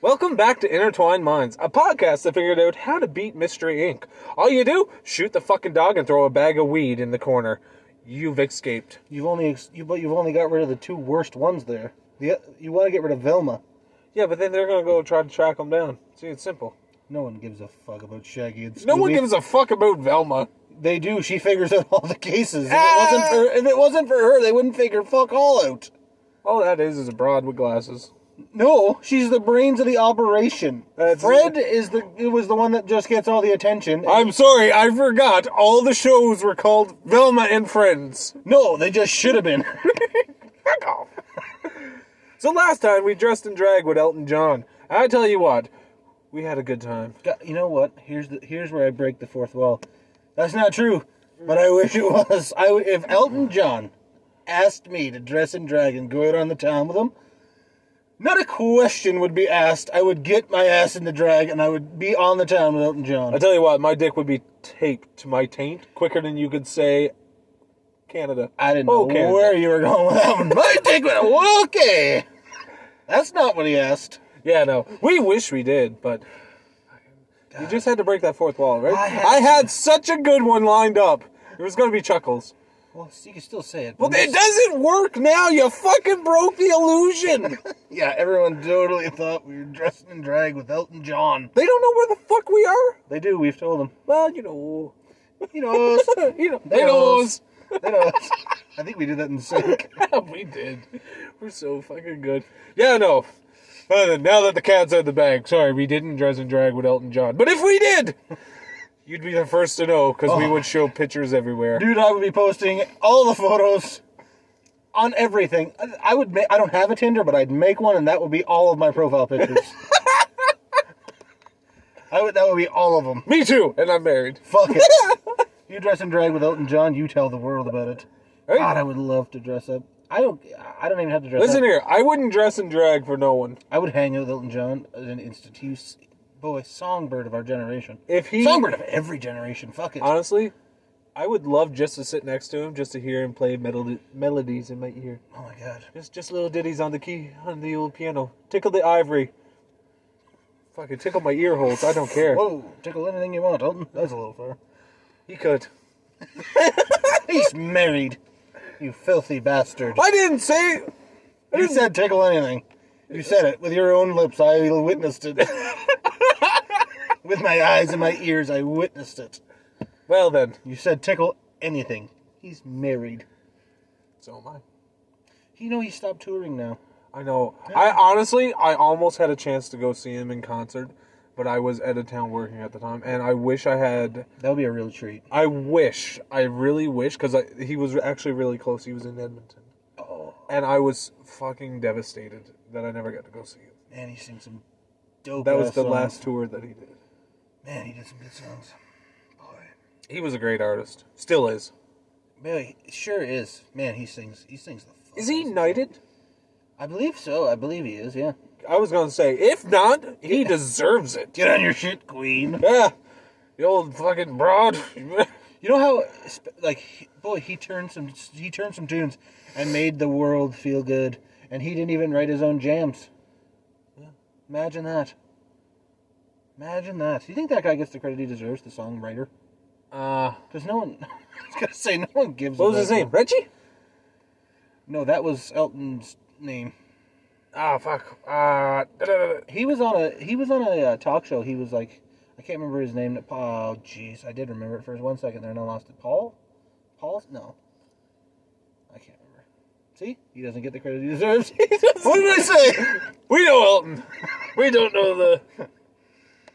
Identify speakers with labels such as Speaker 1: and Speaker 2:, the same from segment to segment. Speaker 1: Welcome back to Intertwined Minds, a podcast that figured out how to beat Mystery Inc. All you do, shoot the fucking dog and throw a bag of weed in the corner. You've escaped.
Speaker 2: You've only ex- you but you've only got rid of the two worst ones there. The o- you want to get rid of Velma.
Speaker 1: Yeah, but then they're gonna go try to track them down. See, it's simple.
Speaker 2: No one gives a fuck about Shaggy and Scooby.
Speaker 1: No one gives a fuck about Velma.
Speaker 2: They do. She figures out all the cases. If
Speaker 1: Ah!
Speaker 2: it wasn't for if it wasn't for her, they wouldn't figure fuck all out.
Speaker 1: All that is is a broad with glasses.
Speaker 2: No, she's the brains of the operation.
Speaker 1: That's-
Speaker 2: Fred is the it was the one that just gets all the attention.
Speaker 1: I'm sorry, I forgot. All the shows were called Velma and Friends.
Speaker 2: no, they just should have been.
Speaker 1: Fuck off. so last time we dressed in drag with Elton John. I tell you what, we had a good time.
Speaker 2: God, you know what? Here's the here's where I break the fourth wall. That's not true, but I wish it was. I w- if Elton John asked me to dress in drag and go out on the town with him, not a question would be asked. I would get my ass in the drag and I would be on the town with Elton
Speaker 1: I
Speaker 2: John.
Speaker 1: tell you what, my dick would be taped to my taint quicker than you could say Canada.
Speaker 2: I didn't
Speaker 1: Oh,
Speaker 2: know
Speaker 1: Canada.
Speaker 2: where you were going with that one. My dick went okay. That's not what he asked.
Speaker 1: Yeah, no. We wish we did, but you just had to break that fourth wall, right?
Speaker 2: I had
Speaker 1: had such a good one lined up. It was gonna be chuckles.
Speaker 2: Well, you can still say it.
Speaker 1: Well, it doesn't work now. You fucking broke the illusion.
Speaker 2: yeah, everyone totally thought we were dressing in drag with Elton John.
Speaker 1: they don't know where the fuck we are.
Speaker 2: They do. We've told them.
Speaker 1: Well, you know,
Speaker 2: You know.
Speaker 1: you know,
Speaker 2: They
Speaker 1: they knows.
Speaker 2: They don't- I think we did that in sync.
Speaker 1: we did. We're so fucking good. Yeah, no. Uh, then, now that the cat's out of the bag, sorry, we didn't dress and drag with Elton John. But if we did, you'd be the first to know because we
Speaker 2: Oh.
Speaker 1: would show pictures everywhere.
Speaker 2: Dude, I would be posting all the photos on everything. I- I would. Ma- I don't have a Tinder, but I'd make one, and that would be all of my profile pictures. I would. That would be all of them.
Speaker 1: Me too, and I'm married.
Speaker 2: Fuck it. you dress and drag with Elton John. You tell the world about it.
Speaker 1: Right?
Speaker 2: God, I would love to dress up. I don't. I don't even have to dress
Speaker 1: Listen
Speaker 2: up.
Speaker 1: here, I wouldn't dress and drag for no one.
Speaker 2: I would hang out with Elton John as an institute boy, songbird of our generation.
Speaker 1: If he
Speaker 2: Songbird of every generation. Fuck it.
Speaker 1: honestly, I would love just to sit next to him, just to hear him play melody, melodies in my ear.
Speaker 2: oh my god.
Speaker 1: Just just little ditties on the key on the old piano. Tickle the ivory. Fucking tickle my ear holes. I don't care.
Speaker 2: Whoa, tickle anything you want, Elton. That's a little far.
Speaker 1: He could.
Speaker 2: He's married. You filthy bastard.
Speaker 1: I didn't say.
Speaker 2: You said tickle anything. You said it with your own lips. I witnessed it. with my eyes and my ears, I witnessed it.
Speaker 1: Well then,
Speaker 2: You said tickle anything. He's married.
Speaker 1: so am I.
Speaker 2: You know he stopped touring now.
Speaker 1: I know. I honestly, I almost had a chance to go see him in concert, but I was out of town working at the time, and I wish I had.
Speaker 2: That would be a real treat.
Speaker 1: I wish. I really wish because he was actually really close. He was in Edmonton,
Speaker 2: Oh,
Speaker 1: and I was fucking devastated that I never got to go see him.
Speaker 2: man, he sings some dope.
Speaker 1: That was
Speaker 2: ass
Speaker 1: the
Speaker 2: songs.
Speaker 1: last tour that he did.
Speaker 2: Man, he did some good songs. Boy.
Speaker 1: He was a great artist. Still is.
Speaker 2: Man, he sure is. Man, he sings. He sings the. fuck
Speaker 1: Is he
Speaker 2: out of-
Speaker 1: knighted?
Speaker 2: I believe so. I believe he is. Yeah.
Speaker 1: I was gonna say, if not, he deserves it.
Speaker 2: Get on your shit, queen.
Speaker 1: Yeah, the old fucking broad.
Speaker 2: You know how, sp- like, he- boy, he turned some he turned some tunes and made the world feel good, and he didn't even write his own jams. Imagine that. Imagine that. Do you think that guy gets the credit he deserves, the songwriter?
Speaker 1: uh,
Speaker 2: Because no one, I was gonna say no one gives.
Speaker 1: what was
Speaker 2: a
Speaker 1: his
Speaker 2: fuck.
Speaker 1: name? Reggie?
Speaker 2: No, that was Elton's name.
Speaker 1: Ah, fuck. Uh, da-da-da-da.
Speaker 2: He was on a he was on a uh, talk show. He was like, I can't remember his name. Oh, jeez, I did remember it for one second there, and I lost it. Paul, Paul? No, I can't remember. See, he doesn't get the credit he deserves. what did I say?
Speaker 1: we know Elton. We don't know the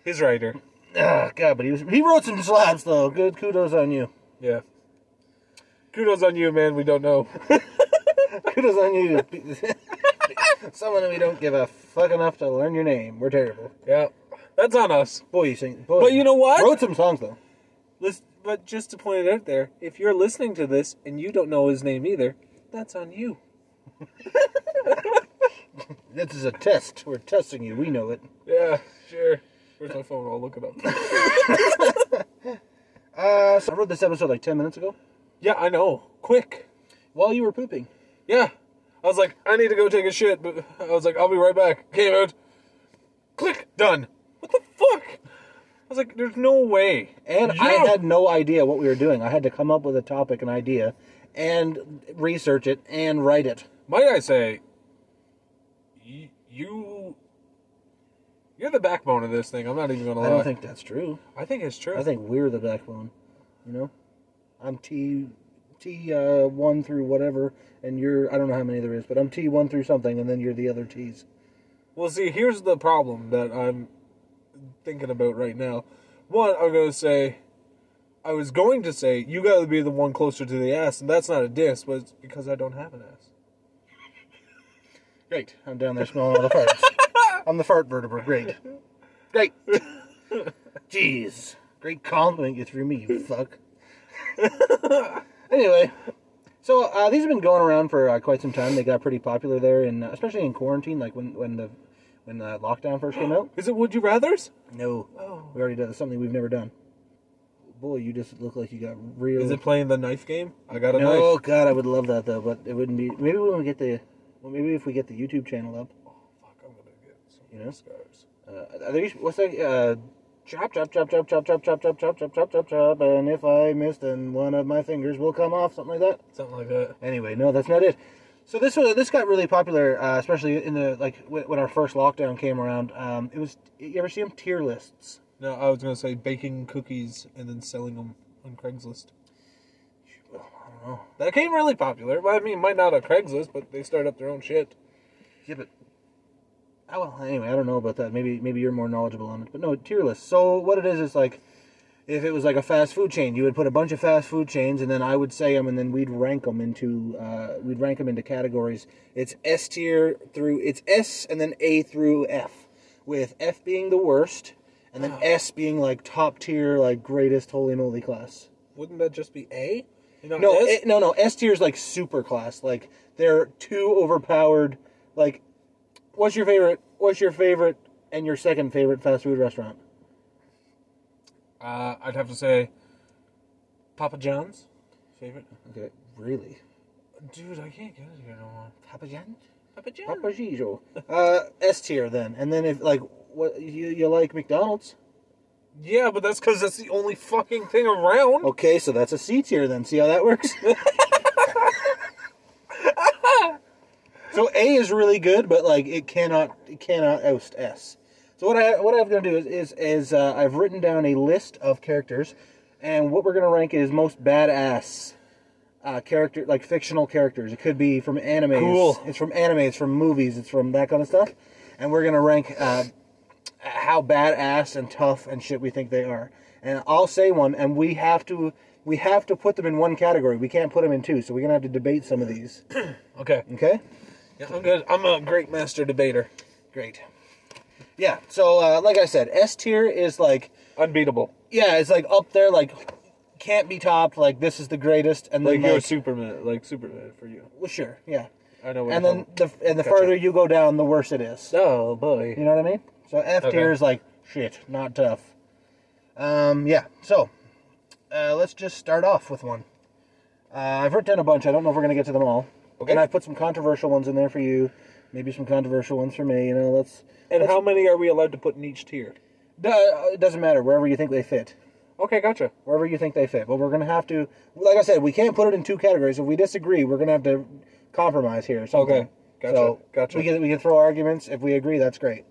Speaker 1: his writer.
Speaker 2: Ah, God, but he was he wrote some slaps though. Good kudos on you.
Speaker 1: Yeah. Kudos on you, man. We don't know.
Speaker 2: Kudos on you. Someone we don't give a fuck enough to learn your name. We're terrible.
Speaker 1: yeah, that's on us.
Speaker 2: Boy, you sing. Boy,
Speaker 1: But you know what?
Speaker 2: Wrote some songs though.
Speaker 1: Listen, but just to point it out there, if you're listening to this and you don't know his name either, that's on you.
Speaker 2: This is a test. We're testing you. We know it.
Speaker 1: Yeah, sure. Where's my phone? I'll look it up.
Speaker 2: Uh, so I wrote this episode like ten minutes ago.
Speaker 1: yeah, I know. Quick.
Speaker 2: While you were pooping.
Speaker 1: Yeah. I was like, I need to go take a shit, but I was like, I'll be right back. Came out. click, done. What the fuck? I was like, there's no way.
Speaker 2: And I
Speaker 1: Yeah.
Speaker 2: had no idea what we were doing. I had to come up with a topic, an idea, and research it and write it.
Speaker 1: Might I say, y- you, you're the backbone of this thing. I'm not even gonna lie.
Speaker 2: I don't think that's true.
Speaker 1: I think it's true.
Speaker 2: I think we're the backbone. You know, I'm T T uh, one through whatever, and you're I don't know how many there is, but I'm T one through something, and then you're the other T's.
Speaker 1: Well, see, here's the problem that I'm thinking about right now. One, I'm gonna say, I was going to say you got to be the one closer to the ass, and that's not a diss, but it's because I don't have an ass.
Speaker 2: Great. I'm down there smelling all the farts. I'm the fart vertebra. Great. Great. Jeez. Great compliment you threw me, you fuck. anyway, so uh, these have been going around for uh, quite some time. They got pretty popular there, and uh, especially in quarantine, like when when the when the lockdown first came out.
Speaker 1: Is it Would You Rather's?
Speaker 2: No,
Speaker 1: Oh.
Speaker 2: we already did something we've never done. Boy, you just look like you got real.
Speaker 1: Is it playing the knife game? I got a
Speaker 2: no,
Speaker 1: knife.
Speaker 2: God, I would love that though, but it wouldn't be. Maybe when we get the, well, maybe if we get the YouTube channel up.
Speaker 1: Fuck, I'm gonna get some
Speaker 2: You know?
Speaker 1: scars.
Speaker 2: Uh, are there, what's that? Uh, chop, chop, chop, chop, chop, chop, chop, chop, chop, chop, chop, chop, chop. And if I miss, then one of my fingers will come off, something like that.
Speaker 1: Something like that.
Speaker 2: Anyway, no, that's not it. So this was this got really popular, uh, especially in the like when, when our first lockdown came around. Um, it was you ever see them tier lists?
Speaker 1: No, I was gonna say baking cookies and then selling them on Craigslist.
Speaker 2: Well, I don't know.
Speaker 1: That came really popular. Well, I mean, might not on Craigslist, but they started up their own shit.
Speaker 2: Yeah, but oh, well, anyway, I don't know about that. Maybe maybe you're more knowledgeable on it. But no, tier list. So what it is is like if it was like a fast food chain, you would put a bunch of fast food chains, and then I would say them, and then we'd rank them into uh, we'd rank them into categories. It's S tier through it's S, and then A through F, with F being the worst, and then S being like top tier, like greatest holy moly class.
Speaker 1: Wouldn't that just be A? You know,
Speaker 2: No,
Speaker 1: S?
Speaker 2: it, no, no. S tier is like super class. Like they're too overpowered. Like, what's your favorite? What's your favorite and your second favorite fast food restaurant?
Speaker 1: Uh, I'd have to say Papa John's favorite.
Speaker 2: Okay, really?
Speaker 1: Dude, I can't get it here no more.
Speaker 2: Papa John?
Speaker 1: Papa John's.
Speaker 2: Papa Gigio. Uh, S tier then, and then if like what you you like McDonald's?
Speaker 1: Yeah, but that's because that's the only fucking thing around.
Speaker 2: Okay, so that's a C tier then. See how that works? so A is really good, but like it cannot it cannot oust S. So what I what I'm gonna do is is, is uh, I've written down a list of characters, and what we're gonna rank is most badass. Uh, character like fictional characters. It could be from anime.
Speaker 1: Cool.
Speaker 2: It's from anime. It's from movies. It's from that kind of stuff. And we're gonna rank uh, how badass and tough and shit we think they are. And I'll say one, and we have to we have to put them in one category. We can't put them in two, so we're gonna have to debate some of these.
Speaker 1: Okay.
Speaker 2: Okay.
Speaker 1: Yeah, I'm good. I'm a great master debater.
Speaker 2: Great. Yeah. So uh, like I said, S tier is like
Speaker 1: Unbeatable.
Speaker 2: yeah, it's like up there, like can't be topped. Like this is the greatest, and
Speaker 1: Like,
Speaker 2: then
Speaker 1: you're
Speaker 2: like,
Speaker 1: Superman. Like Superman for you.
Speaker 2: well, sure, yeah.
Speaker 1: I know. What
Speaker 2: And then the and the further you go down, the worse it is.
Speaker 1: oh boy.
Speaker 2: You know what I mean? So F tier
Speaker 1: Okay.
Speaker 2: is like shit, not tough. Um, yeah. So uh, let's just start off with one. Uh, I've written down a bunch. I don't know if we're gonna get to them all.
Speaker 1: Okay.
Speaker 2: And I put some controversial ones in there for you. Maybe some controversial ones for me. You know, let's.
Speaker 1: And how many are we allowed to put in each tier?
Speaker 2: Duh, it doesn't matter wherever you think they fit.
Speaker 1: Okay, gotcha.
Speaker 2: Wherever you think they fit. But we're gonna have to, like I said, we can't put it in two categories. If we disagree, we're gonna have to compromise here. or something.
Speaker 1: Okay. Gotcha.
Speaker 2: So
Speaker 1: Gotcha.
Speaker 2: We can we can throw arguments. If we agree, that's great.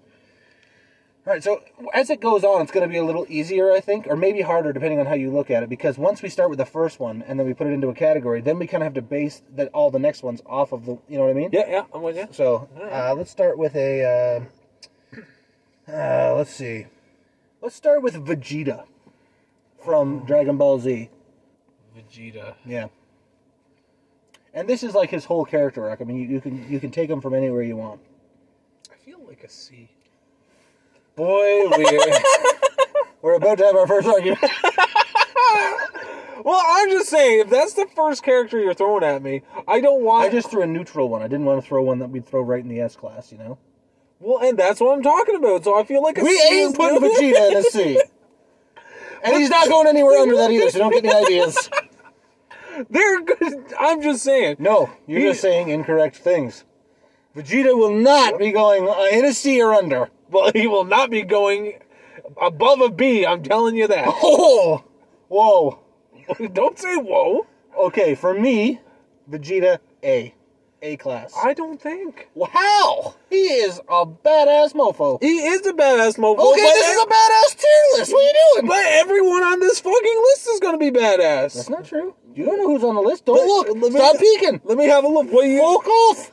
Speaker 2: All right. So as it goes on, it's going to be a little easier, I think, or maybe harder depending on how you look at it. Because once we start with the first one and then we put it into a category, then we kind of have to base that all the next ones off of the. You know what I mean?
Speaker 1: Yeah, yeah. I'm with you.
Speaker 2: So uh, let's start with a. Uh, uh, let's see. Let's start with Vegeta from Dragon Ball Z.
Speaker 1: Vegeta.
Speaker 2: Yeah. And this is like his whole character arc. I mean, you, you can you can take him from anywhere you want.
Speaker 1: I feel like a C.
Speaker 2: Boy, we're, we're about to have our first argument.
Speaker 1: Well, I'm just saying, if that's the first character you're throwing at me, I don't want.
Speaker 2: I just threw a neutral one. I didn't want to throw one that we'd throw right in the S class, you know?
Speaker 1: Well, and that's what I'm talking about. So I feel like a
Speaker 2: We
Speaker 1: C is
Speaker 2: ain't putting
Speaker 1: good.
Speaker 2: Vegeta in a C. And he's not going anywhere under that either, so don't get any ideas.
Speaker 1: They're good. I'm just saying.
Speaker 2: No, you're just saying incorrect things. Vegeta will not be going uh, in a C or under.
Speaker 1: Well, he will not be going above a B. I'm telling you that.
Speaker 2: Oh, whoa.
Speaker 1: Don't say whoa.
Speaker 2: Okay, for me, Vegeta A, A class.
Speaker 1: I don't think
Speaker 2: Wow, he is a badass mofo.
Speaker 1: he is a badass mofo.
Speaker 2: Okay,
Speaker 1: but
Speaker 2: this is a badass tier list. What are you doing?
Speaker 1: But everyone on this fucking list is gonna be badass.
Speaker 2: That's not true. You don't know who's on the list. Don't
Speaker 1: But-
Speaker 2: look.
Speaker 1: let me-
Speaker 2: Stop peeking.
Speaker 1: Let me have a look. What do you?
Speaker 2: Look off.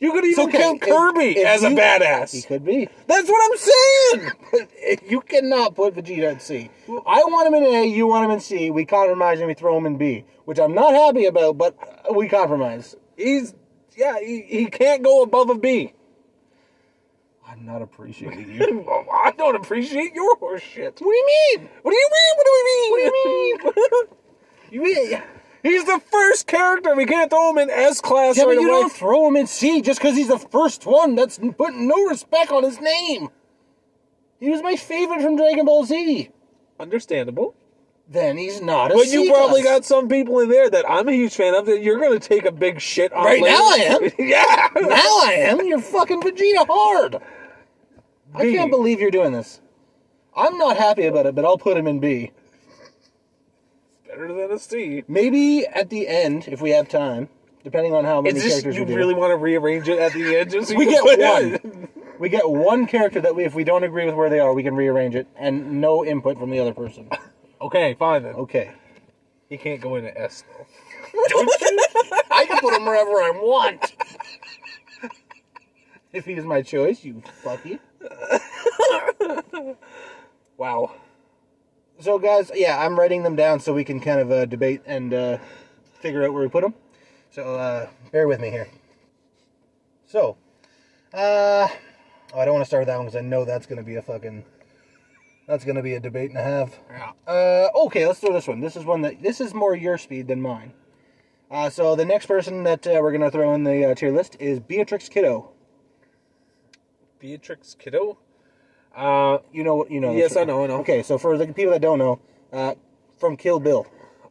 Speaker 1: you could even
Speaker 2: Okay,
Speaker 1: count
Speaker 2: if-
Speaker 1: Kirby
Speaker 2: if
Speaker 1: as a
Speaker 2: you- He
Speaker 1: badass.
Speaker 2: could be.
Speaker 1: That's what I'm saying.
Speaker 2: But you cannot put Vegeta at C. I want him in A. You want him in C. We compromise and we throw him in B, which I'm not happy about, but we compromise.
Speaker 1: He's yeah. He, he can't go above a B.
Speaker 2: I'm not appreciating you.
Speaker 1: Well, I don't appreciate your horse shit.
Speaker 2: what do you mean?
Speaker 1: What do you mean? What do we mean? What do you mean?
Speaker 2: You mean? Yeah,
Speaker 1: He's the first character. We can't throw him in S class
Speaker 2: but
Speaker 1: right
Speaker 2: you
Speaker 1: away.
Speaker 2: don't throw him in C just because he's the first one. That's putting no respect on his name. He was my favorite from Dragon Ball Z.
Speaker 1: Understandable.
Speaker 2: Then he's not a
Speaker 1: But
Speaker 2: C
Speaker 1: you probably
Speaker 2: class.
Speaker 1: got some people in there that I'm a huge fan of that you're going to take a big shit on.
Speaker 2: Right
Speaker 1: later.
Speaker 2: now I am.
Speaker 1: yeah.
Speaker 2: Now I am. You're fucking Vegeta hard. I
Speaker 1: B.
Speaker 2: can't believe you're doing this. I'm not happy about it, but I'll put him in B.
Speaker 1: Better than a C.
Speaker 2: Maybe at the end, if we have time, depending on how many
Speaker 1: It's just
Speaker 2: characters
Speaker 1: you
Speaker 2: we do.
Speaker 1: really want to rearrange it at the end. Just so
Speaker 2: we
Speaker 1: you
Speaker 2: get
Speaker 1: can put it
Speaker 2: one. we get one character that we, if we don't agree with where they are, we can rearrange it, and no input from the other person.
Speaker 1: Okay, fine then.
Speaker 2: Okay.
Speaker 1: He can't go into S though.
Speaker 2: I can put him wherever I want. If he's my choice, you fucky.
Speaker 1: Wow.
Speaker 2: So, guys, yeah, I'm writing them down so we can kind of uh, debate and uh, figure out where we put them. So, uh, bear with me here. So, uh, oh, I don't want to start with that one because I know that's going to be a fucking. That's going to be a debate and a half.
Speaker 1: Yeah.
Speaker 2: Uh, okay, let's do this one. This is one that. This is more your speed than mine. Uh, so, the next person that uh, we're going to throw in the uh, tier list is Beatrix Kiddo.
Speaker 1: Beatrix Kiddo. Uh,
Speaker 2: You know what? You know. this,
Speaker 1: Yes, I
Speaker 2: right?
Speaker 1: know, I know.
Speaker 2: Okay, so for the people that don't know, uh, from Kill Bill.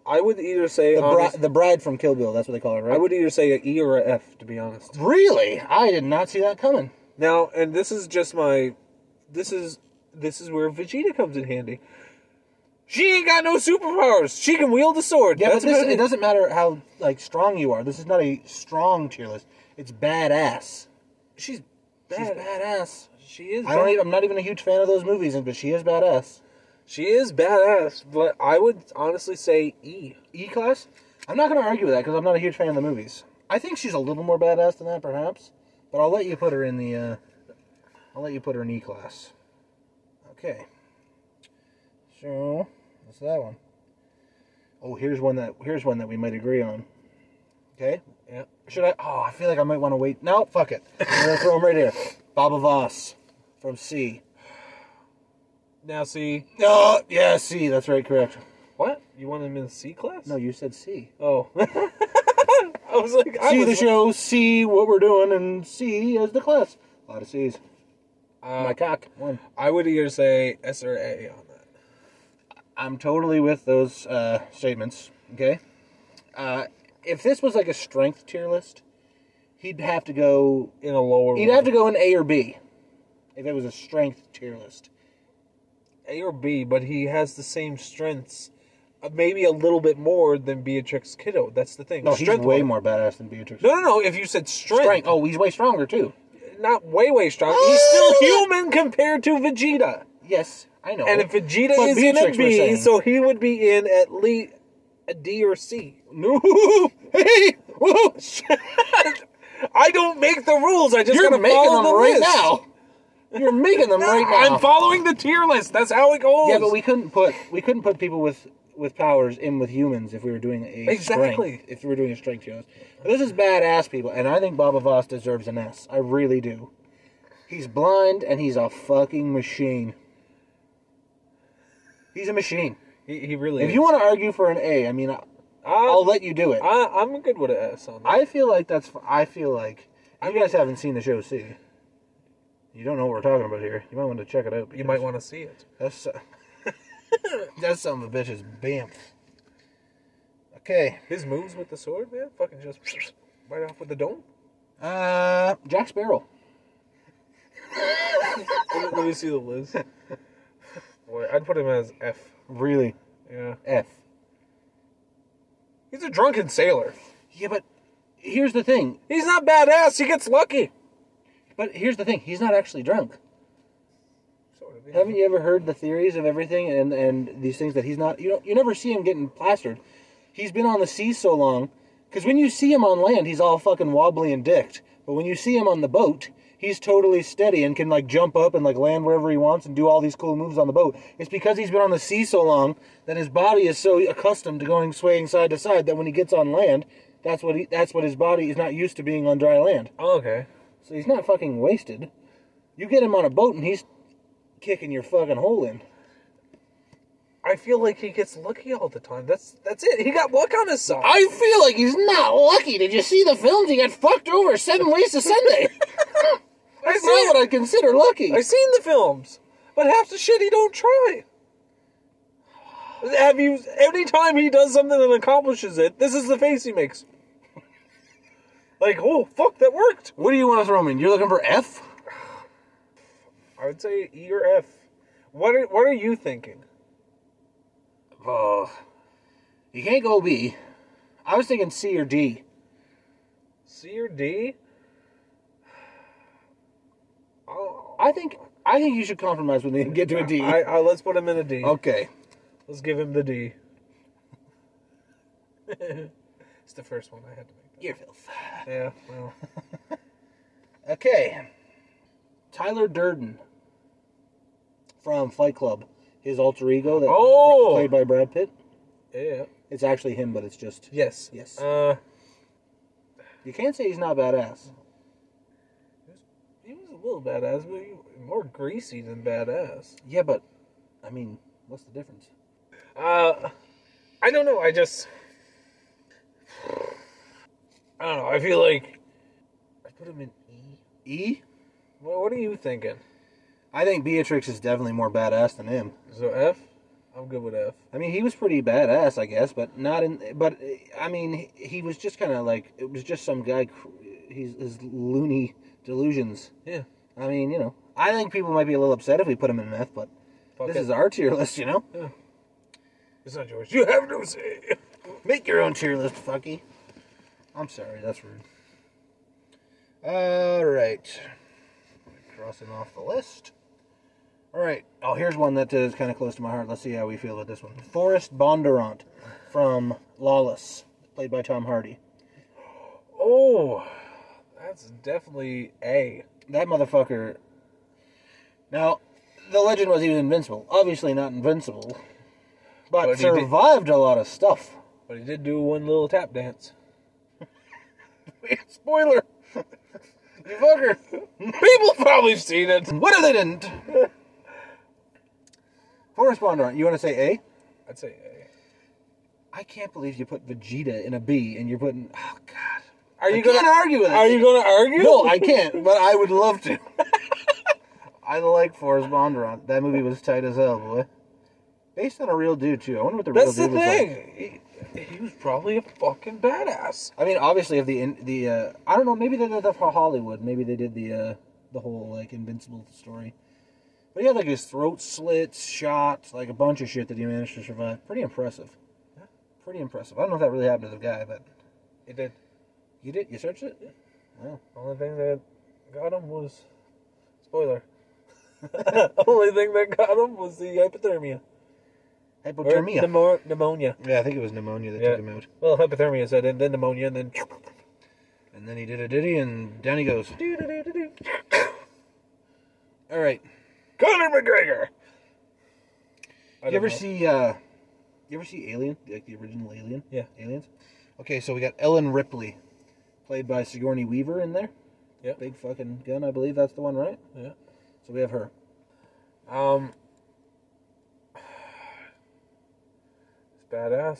Speaker 1: I would either say
Speaker 2: The, bri-
Speaker 1: honest-
Speaker 2: the bride from Kill Bill, that's what they call her, right?
Speaker 1: I would either say a E or a F to be honest.
Speaker 2: Really? I did not see that coming.
Speaker 1: Now, and this is just my, this is this is where Vegeta comes in handy. She ain't got no superpowers. She can wield a sword.
Speaker 2: Yeah,
Speaker 1: That's
Speaker 2: but this,
Speaker 1: about
Speaker 2: it doesn't matter how like strong you are. This is not a strong tier list. It's badass.
Speaker 1: She's
Speaker 2: She's
Speaker 1: bad.
Speaker 2: badass.
Speaker 1: She is.
Speaker 2: I don't.
Speaker 1: bad-
Speaker 2: Even, I'm not even a huge fan of those movies, but she is badass.
Speaker 1: She is badass, but I would honestly say E.
Speaker 2: E class. I'm not going to argue with that because I'm not a huge fan of the movies. I think she's a little more badass than that, perhaps. But I'll let you put her in the. Uh, I'll let you put her in E class. Okay. So what's that one? Oh, here's one that here's one that we might agree on. Okay.
Speaker 1: Yeah.
Speaker 2: Should I? Oh, I feel like I might want to wait. No, fuck it. I'm gonna throw him right here. Baba Voss from C.
Speaker 1: Now see
Speaker 2: Oh, yeah, C. That's right, correct.
Speaker 1: what you want him in C class?
Speaker 2: No, you said C.
Speaker 1: Oh. I was like, I
Speaker 2: see
Speaker 1: was
Speaker 2: the show, see what we're doing, and see as the class. A lot of C's.
Speaker 1: Uh,
Speaker 2: My cock. One.
Speaker 1: I would either say S or A on that.
Speaker 2: I'm totally with those uh, statements. Okay. Uh, if this was like a strength tier list, he'd have to go.
Speaker 1: In a lower.
Speaker 2: He'd have to go in A or B. If it was a strength tier list.
Speaker 1: A or B, but he has the same strengths, uh, maybe a little bit more than Beatrix Kiddo. That's the thing.
Speaker 2: No, he's way
Speaker 1: wise-
Speaker 2: more badass than Beatrix.
Speaker 1: No, no, no. If you said strength,
Speaker 2: strength. Oh, he's way stronger too.
Speaker 1: not way, way strong. He's
Speaker 2: Oh!
Speaker 1: still human compared to Vegeta.
Speaker 2: Yes, I know.
Speaker 1: And if Vegeta
Speaker 2: But
Speaker 1: is
Speaker 2: Beatrix,
Speaker 1: in
Speaker 2: we're
Speaker 1: a B,
Speaker 2: saying.
Speaker 1: so he would be in at least a D or C.
Speaker 2: no, hey, woo,
Speaker 1: I don't make the rules. I just
Speaker 2: you're
Speaker 1: gotta
Speaker 2: making
Speaker 1: follow
Speaker 2: them
Speaker 1: the
Speaker 2: right
Speaker 1: list.
Speaker 2: now. You're making them right now.
Speaker 1: I'm following the tier list. That's how it goes.
Speaker 2: yeah, but we couldn't put we couldn't put people with with powers in with humans if we were doing a
Speaker 1: Exactly.
Speaker 2: strength, if we were doing a strength shows. But this is badass people, and I think Baba Voss deserves an S. I really do. He's blind and he's a fucking machine. He's a machine.
Speaker 1: he, he really.
Speaker 2: If
Speaker 1: is.
Speaker 2: you want to argue for an A, I mean, I- I'll
Speaker 1: I,
Speaker 2: let you do it.
Speaker 1: I, I'm good with an S on that.
Speaker 2: I feel like that's. I feel like you guys haven't seen the show. See, you don't know what we're talking about here. You might want to check it out.
Speaker 1: you might want to see it.
Speaker 2: That's uh, that's some of a bitch's bamf. Okay.
Speaker 1: His moves with the sword, man, fucking just right off with the dome.
Speaker 2: Uh, Jack Sparrow.
Speaker 1: Let me- let me see the list. Boy, I'd put him as F.
Speaker 2: Really?
Speaker 1: Yeah.
Speaker 2: F.
Speaker 1: He's a drunken sailor.
Speaker 2: Yeah, but here's the thing.
Speaker 1: He's not badass. He gets lucky.
Speaker 2: But here's the thing. He's not actually drunk.
Speaker 1: Sort of, yeah.
Speaker 2: Haven't you ever heard the theories of everything and and these things that he's not? You don't. You never see him getting plastered. He's been on the sea so long. Because when you see him on land, he's all fucking wobbly and dicked. But when you see him on the boat, he's totally steady and can like jump up and like land wherever he wants and do all these cool moves on the boat. It's because he's been on the sea so long that his body is so accustomed to going swaying side to side that when he gets on land, that's what he, that's what his body is not used to being on dry land.
Speaker 1: Oh, okay.
Speaker 2: So he's not fucking wasted. You get him on a boat and he's kicking your fucking hole in.
Speaker 1: I feel like he gets lucky all the time. That's that's it. He got luck on his side.
Speaker 2: I feel like he's not lucky. Did you see the films? He got fucked over seven ways to Sunday.
Speaker 1: I
Speaker 2: That's not what I consider lucky.
Speaker 1: I seen the films, but half the shit he don't try. Have you? Every time he does something and accomplishes it, this is the face he makes. Like, oh fuck, that worked.
Speaker 2: What do you want to throw me? in? You're looking for F?
Speaker 1: I would say E or F. What are What are you thinking?
Speaker 2: Oh, you can't go B. I was thinking C or D.
Speaker 1: C or D? I'll-
Speaker 2: I think I think you should compromise with me and get to a D.
Speaker 1: I, I let's put him in a D.
Speaker 2: okay.
Speaker 1: Let's give him the D. it's the first one I had to make.
Speaker 2: Your filth.
Speaker 1: Yeah. Well.
Speaker 2: Okay. Tyler Durden from Fight Club, his alter ego that
Speaker 1: Oh!
Speaker 2: played by Brad Pitt.
Speaker 1: Yeah.
Speaker 2: It's actually him, but it's just
Speaker 1: Yes.
Speaker 2: Yes.
Speaker 1: Uh.
Speaker 2: you can't say he's not badass.
Speaker 1: He was a little badass, but he was more greasy than badass.
Speaker 2: Yeah, but I mean, what's the difference?
Speaker 1: Uh, I don't know. I just, I don't know. I feel like I put him in E.
Speaker 2: E.
Speaker 1: What, what are you thinking?
Speaker 2: I think Beatrix is definitely more badass than him.
Speaker 1: So F. I'm good with F.
Speaker 2: I mean, he was pretty badass, I guess, but not in. But I mean, he- he was just kind of like it was just some guy. cr- He's his loony delusions.
Speaker 1: Yeah.
Speaker 2: I mean, you know, I think people might be a little upset if we put him in F, but
Speaker 1: Fuck
Speaker 2: this
Speaker 1: it.
Speaker 2: is our tier list, you know.
Speaker 1: It's not yours. You have no say.
Speaker 2: Make your own tier list, fucky. I'm sorry, that's rude. All right. Crossing off the list. All right. Oh, here's one that is kind of close to my heart. Let's see how we feel about this one. Forrest Bondurant from Lawless, played by Tom Hardy.
Speaker 1: Oh, that's definitely A.
Speaker 2: That motherfucker. Now, the legend was he was invincible. Obviously not invincible, but,
Speaker 1: But he did-
Speaker 2: survived a lot of stuff.
Speaker 1: But he did do one little tap dance.
Speaker 2: Spoiler. you fucker.
Speaker 1: People probably seen it.
Speaker 2: What if they didn't? Forrest Bondurant, you want to say A?
Speaker 1: I'd say A.
Speaker 2: I can't believe you put Vegeta in a B and you're putting. Oh, God.
Speaker 1: Are you
Speaker 2: I
Speaker 1: gonna
Speaker 2: can't argue with it.
Speaker 1: Are you gonna argue?
Speaker 2: No, I can't, but I would love to. I like Forrest Bondurant. That movie was tight as hell, boy. Based on a real dude, too. I wonder what the real
Speaker 1: That's the
Speaker 2: dude was like.
Speaker 1: thing. He, he was probably a fucking badass.
Speaker 2: I mean, obviously, if the in, the uh, I don't know, maybe they did that for Hollywood. Maybe they did the uh, the whole like Invincible story. But he had like his throat slit, shot, like a bunch of shit that he managed to survive. Pretty impressive. Pretty impressive. I don't know if that really happened to the guy, but
Speaker 1: It did.
Speaker 2: you did. You searched it.
Speaker 1: Only thing that got him was spoiler. Only thing that got him was the hypothermia. Or
Speaker 2: Hypothermia.
Speaker 1: pneumo- pneumonia.
Speaker 2: yeah, I think it was pneumonia that
Speaker 1: Yeah.
Speaker 2: took him out.
Speaker 1: Well, hypothermia said, and then pneumonia, and then.
Speaker 2: And then he did a ditty, and down he goes. All right.
Speaker 1: Conor McGregor. I
Speaker 2: You
Speaker 1: don't
Speaker 2: ever
Speaker 1: know.
Speaker 2: see? uh You ever see Alien? Like the original Alien?
Speaker 1: Yeah.
Speaker 2: Aliens. Okay, so we got Ellen Ripley, played by Sigourney Weaver in there.
Speaker 1: Yeah.
Speaker 2: Big fucking gun, I believe that's the one, right?
Speaker 1: Yeah.
Speaker 2: So we have her.
Speaker 1: Um. It's badass.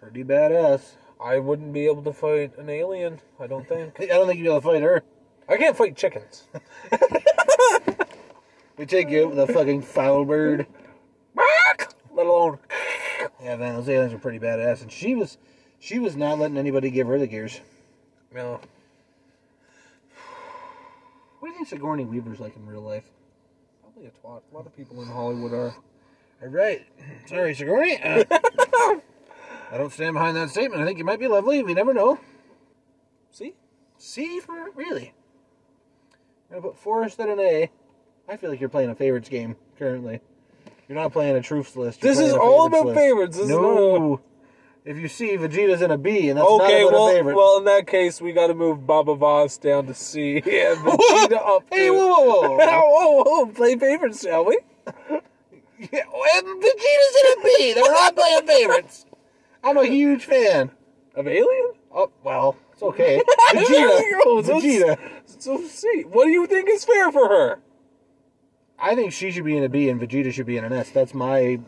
Speaker 2: Pretty badass.
Speaker 1: I wouldn't be able to fight an alien. I don't think.
Speaker 2: I don't think you'll be able to fight her.
Speaker 1: I can't fight chickens.
Speaker 2: We take you out with a fucking foul bird.
Speaker 1: Let alone.
Speaker 2: Yeah, man, those aliens were pretty badass, and she was, she was not letting anybody give her the gears.
Speaker 1: No.
Speaker 2: What do you think Sigourney Weaver's like in real life?
Speaker 1: Probably a twat. A lot of people in Hollywood are.
Speaker 2: All right. Sorry, Sigourney. Uh, I don't stand behind that statement. I think you might be lovely. We never know.
Speaker 1: See?
Speaker 2: C for really. I'm gonna put Forrest at an A. I feel like you're playing a favorites game currently. You're not playing a truths list. you're
Speaker 1: This is
Speaker 2: playing a
Speaker 1: all
Speaker 2: favorites
Speaker 1: about favorites. This is
Speaker 2: no. If you see Vegeta's in a B, and that's
Speaker 1: okay,
Speaker 2: not about
Speaker 1: well,
Speaker 2: a favorite.
Speaker 1: well, in that case, we got to move Baba Voss down to C and Vegeta up.
Speaker 2: hey,
Speaker 1: to-
Speaker 2: whoa, whoa, whoa!
Speaker 1: whoa, whoa, play favorites, shall we?
Speaker 2: Yeah, and Vegeta's in a B. They're not playing favorites. I'm a huge fan.
Speaker 1: Of Alien?
Speaker 2: Oh well, it's okay. Vegeta, Oh,
Speaker 1: Yo, so-
Speaker 2: Vegeta.
Speaker 1: So see, what do you think is fair for her?
Speaker 2: I think she should be in a B, and Vegeta should be in an S. That's my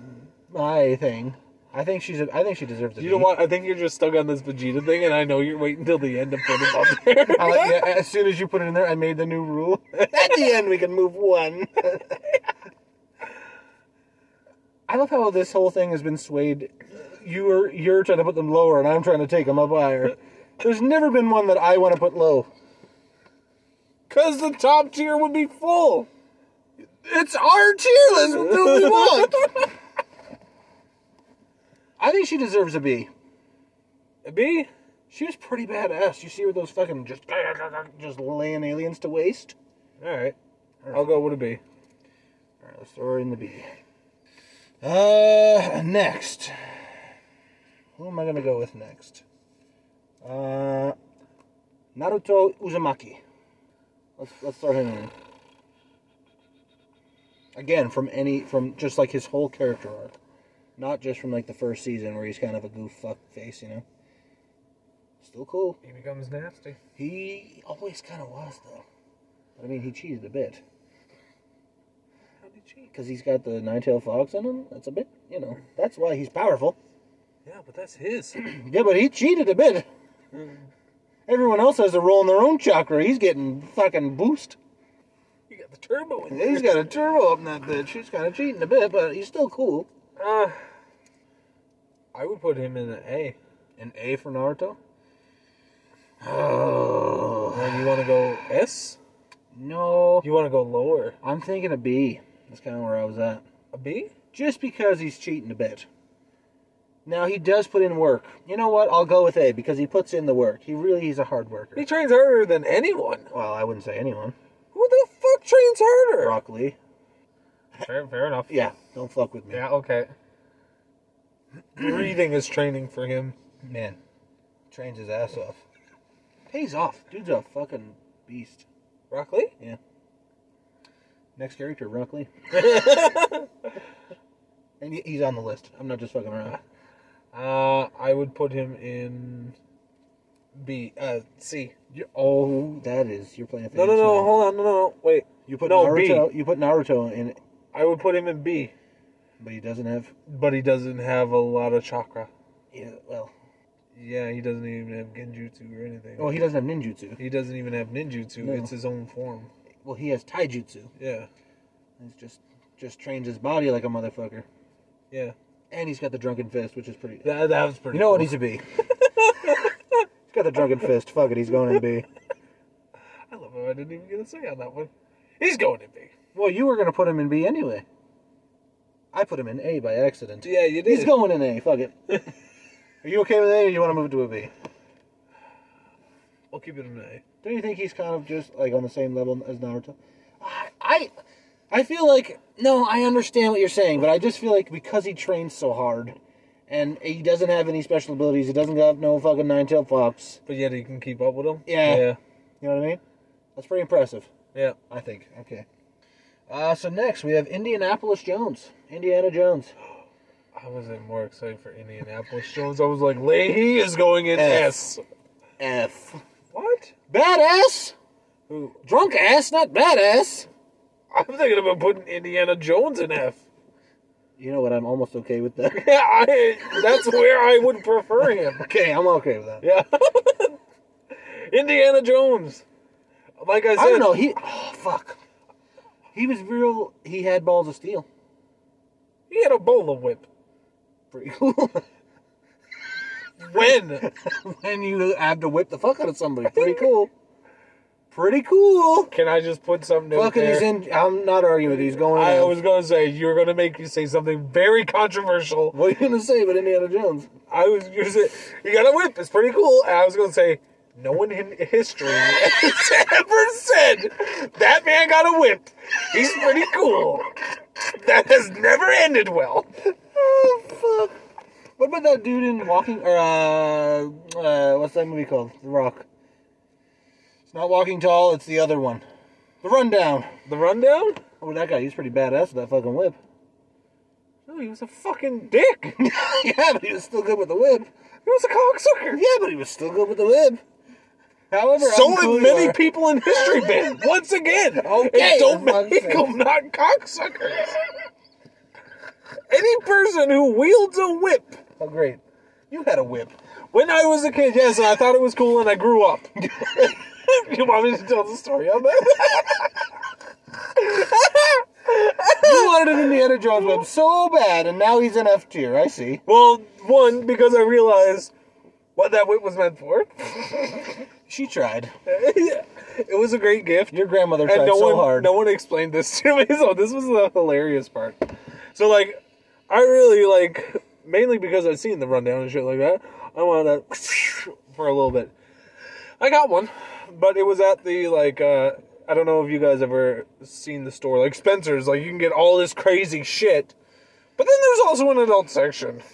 Speaker 2: my thing. I think she's. A, I think she deserves a B.
Speaker 1: You know what? I think you're just stuck on this Vegeta thing, and I know you're waiting till the end to put him up there.
Speaker 2: I like- yeah, as soon as you put it in there, I made the new rule. At the end, we can move one. I love how this whole thing has been swayed. You are you're trying to put them lower, and I'm trying to take them up higher. There's never been one that I want to put low.
Speaker 1: Because the top tier would be full.
Speaker 2: It's our tier list. What do we want? I think she deserves a B.
Speaker 1: A B?
Speaker 2: She was pretty badass. You see her with those fucking just just laying aliens to waste.
Speaker 1: Alright. I'll go with a B.
Speaker 2: All right, let's throw her in the B. Uh, next. Who am I gonna go with next? Uh, Naruto Uzumaki. Let's let's throw him in. Again, from any from just like his whole character arc, not just from like the first season where he's kind of a goof fuck face, you know. Still cool.
Speaker 1: He becomes nasty.
Speaker 2: He always kind of was though. But, I mean, he cheated a bit.
Speaker 1: How did she?
Speaker 2: because he's got the nine-tailed fox in him. That's a bit, you know. That's why he's powerful.
Speaker 1: Yeah, but that's his.
Speaker 2: Yeah, but he cheated a bit. Everyone else has a roll in their own chakra. He's getting fucking boost.
Speaker 1: you got the turbo in there.
Speaker 2: He's got a turbo up in that bitch. He's kind of cheating a bit, but he's still cool.
Speaker 1: Uh, I would put him in an A.
Speaker 2: An A for Naruto. Oh
Speaker 1: And you want to go S?
Speaker 2: no!
Speaker 1: You want to go lower?
Speaker 2: I'm thinking a B. That's kind of where I was at.
Speaker 1: A B?
Speaker 2: Just because he's cheating a bit. Now he does put in work. You know what? I'll go with A because he puts in the work. He really is a hard worker.
Speaker 1: He trains harder than anyone.
Speaker 2: Well, I wouldn't say anyone.
Speaker 1: Who the fuck trains harder?
Speaker 2: Rock Lee.
Speaker 1: Fair, fair enough.
Speaker 2: Yeah, don't fuck with me.
Speaker 1: okay. Breathing is training for him.
Speaker 2: Man, trains his ass off. Pays off. Dude's a fucking beast.
Speaker 1: Rockley?
Speaker 2: Next character, Rockley. and he- he's on the list. I'm not just fucking around.
Speaker 1: Uh, I would put him in B, uh, C.
Speaker 2: You- oh, that is. You're playing.
Speaker 1: No, no, no, hold on, no, no, no, wait.
Speaker 2: You put
Speaker 1: no,
Speaker 2: Naruto. You put Naruto in, it,
Speaker 1: I would put him in B,
Speaker 2: but he doesn't have.
Speaker 1: but he doesn't have a lot of chakra.
Speaker 2: Yeah, well,
Speaker 1: Yeah, he doesn't even have genjutsu or anything.
Speaker 2: well, he doesn't have ninjutsu.
Speaker 1: He doesn't even have ninjutsu,
Speaker 2: No.
Speaker 1: it's his own form.
Speaker 2: Well, he has taijutsu.
Speaker 1: Yeah,
Speaker 2: He's just just trains his body like a motherfucker.
Speaker 1: yeah.
Speaker 2: And he's got the drunken fist, which is pretty.
Speaker 1: That, that was pretty
Speaker 2: You know what
Speaker 1: cool.
Speaker 2: he's a B. he's got the drunken fist. Fuck it, he's going in B.
Speaker 1: I love how I didn't even get a say on that one. He's going in B.
Speaker 2: Well, you were gonna put him in B anyway. I put him in A by accident.
Speaker 1: Yeah, you did.
Speaker 2: He's going in A. Fuck it. Are you okay with A, or you want to move it to a B?
Speaker 1: We'll keep it in A.
Speaker 2: Don't you think he's kind of just like on the same level as Naruto? I, I, I feel like no. I understand what you're saying, but I just feel like because he trains so hard, and he doesn't have any special abilities, he doesn't have no fucking nine-tailed fox.
Speaker 1: But yet he can keep up with him?
Speaker 2: Yeah.
Speaker 1: Yeah.
Speaker 2: You know what I mean? That's pretty impressive.
Speaker 1: Yeah.
Speaker 2: I think. Okay. Uh, so next we have Indianapolis Jones, Indiana Jones.
Speaker 1: I wasn't more excited for Indianapolis Jones. I was like, Leahy is going in
Speaker 2: F.
Speaker 1: S.
Speaker 2: F.
Speaker 1: What?
Speaker 2: Badass.
Speaker 1: Who?
Speaker 2: Drunk ass, not badass.
Speaker 1: I'm thinking about putting Indiana Jones in F.
Speaker 2: You know what? I'm almost okay with that.
Speaker 1: Yeah, I, that's where I would prefer him.
Speaker 2: Okay, I'm okay with that.
Speaker 1: Yeah. Indiana Jones. Like I said,
Speaker 2: I don't know. He. Oh, fuck. He was real. He had balls of steel.
Speaker 1: he had a bowler whip.
Speaker 2: Pretty cool.
Speaker 1: When?
Speaker 2: when you have to whip the fuck out of somebody, pretty cool. pretty cool.
Speaker 1: Can I just put something in
Speaker 2: Fucking,
Speaker 1: there?
Speaker 2: he's in. I'm not arguing. with you, He's going.
Speaker 1: I
Speaker 2: in.
Speaker 1: was gonna say you were gonna make me say something very controversial.
Speaker 2: What are you gonna say about Indiana Jones?
Speaker 1: I was you said you got a whip. It's pretty cool. And I was gonna say no one in history has ever said that man got a whip. He's pretty cool. That has never ended well.
Speaker 2: Oh fuck! What about that dude in Walking or uh, uh what's that movie called? The Rock. It's not Walking Tall. It's the other one. The Rundown.
Speaker 1: The rundown?
Speaker 2: Oh, that guy. He's pretty badass with that fucking whip.
Speaker 1: No, he was a fucking dick. He
Speaker 2: yeah, but he was still good with the whip.
Speaker 1: was a cocksucker.
Speaker 2: Yeah, but he was still good with the whip. However,
Speaker 1: So
Speaker 2: uncool
Speaker 1: have
Speaker 2: you
Speaker 1: many
Speaker 2: are-
Speaker 1: people in history been. Once again,
Speaker 2: Okay,
Speaker 1: it don't
Speaker 2: for fuck's
Speaker 1: make
Speaker 2: sake.
Speaker 1: them not cocksuckers. Any person who wields a whip.
Speaker 2: Oh, great! You had a whip.
Speaker 1: When I was a kid, yes, I thought it was cool, and I grew up. you want me to tell the story on that?
Speaker 2: You wanted an Indiana Jones whip so bad, and now he's in F tier. I see.
Speaker 1: Well, one because I realized what that whip was meant for.
Speaker 2: She tried.
Speaker 1: it was a great gift.
Speaker 2: Your grandmother tried
Speaker 1: and no
Speaker 2: so
Speaker 1: one
Speaker 2: hard.
Speaker 1: no one explained this to me so this was the hilarious part so like i really like mainly because i'd seen the rundown and shit like that i wanted that for a little bit i got one but it was at the like uh i don't know if you guys ever seen the store like spencer's like you can get all this crazy shit but then there's also an adult section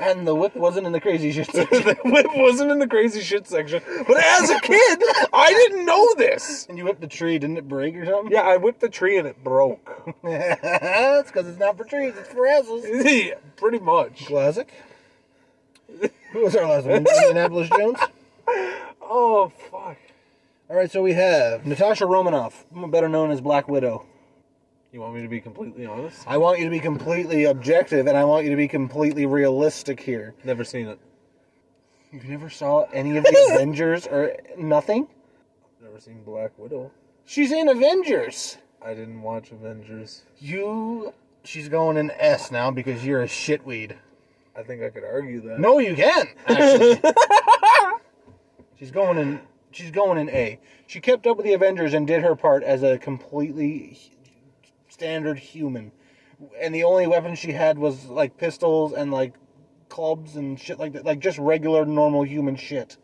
Speaker 2: And the whip wasn't in the crazy shit.
Speaker 1: the whip wasn't in the crazy shit section but as a kid i didn't know this
Speaker 2: and you whipped the tree, didn't it break or something?
Speaker 1: yeah i whipped the tree and it broke
Speaker 2: That's because it's not for trees, it's for assholes.
Speaker 1: yeah, pretty much.
Speaker 2: Classic. Who was our last one? Indianapolis Jones?
Speaker 1: Oh fuck.
Speaker 2: All right, so we have Natasha Romanoff, better known as Black Widow.
Speaker 1: You want me to be completely honest?
Speaker 2: I want you to be completely objective and I want you to be completely realistic here.
Speaker 1: Never seen it.
Speaker 2: You never saw any of the Avengers or nothing?
Speaker 1: Never seen Black Widow.
Speaker 2: She's in Avengers.
Speaker 1: I didn't watch Avengers.
Speaker 2: You. She's going in S now because you're a shitweed.
Speaker 1: I think I could argue that.
Speaker 2: No, you can. Actually. she's going in. She's going in A. She kept up with the Avengers and did her part as a completely h- standard human. And the only weapon she had was like pistols and like clubs and shit like that, like just regular normal human shit.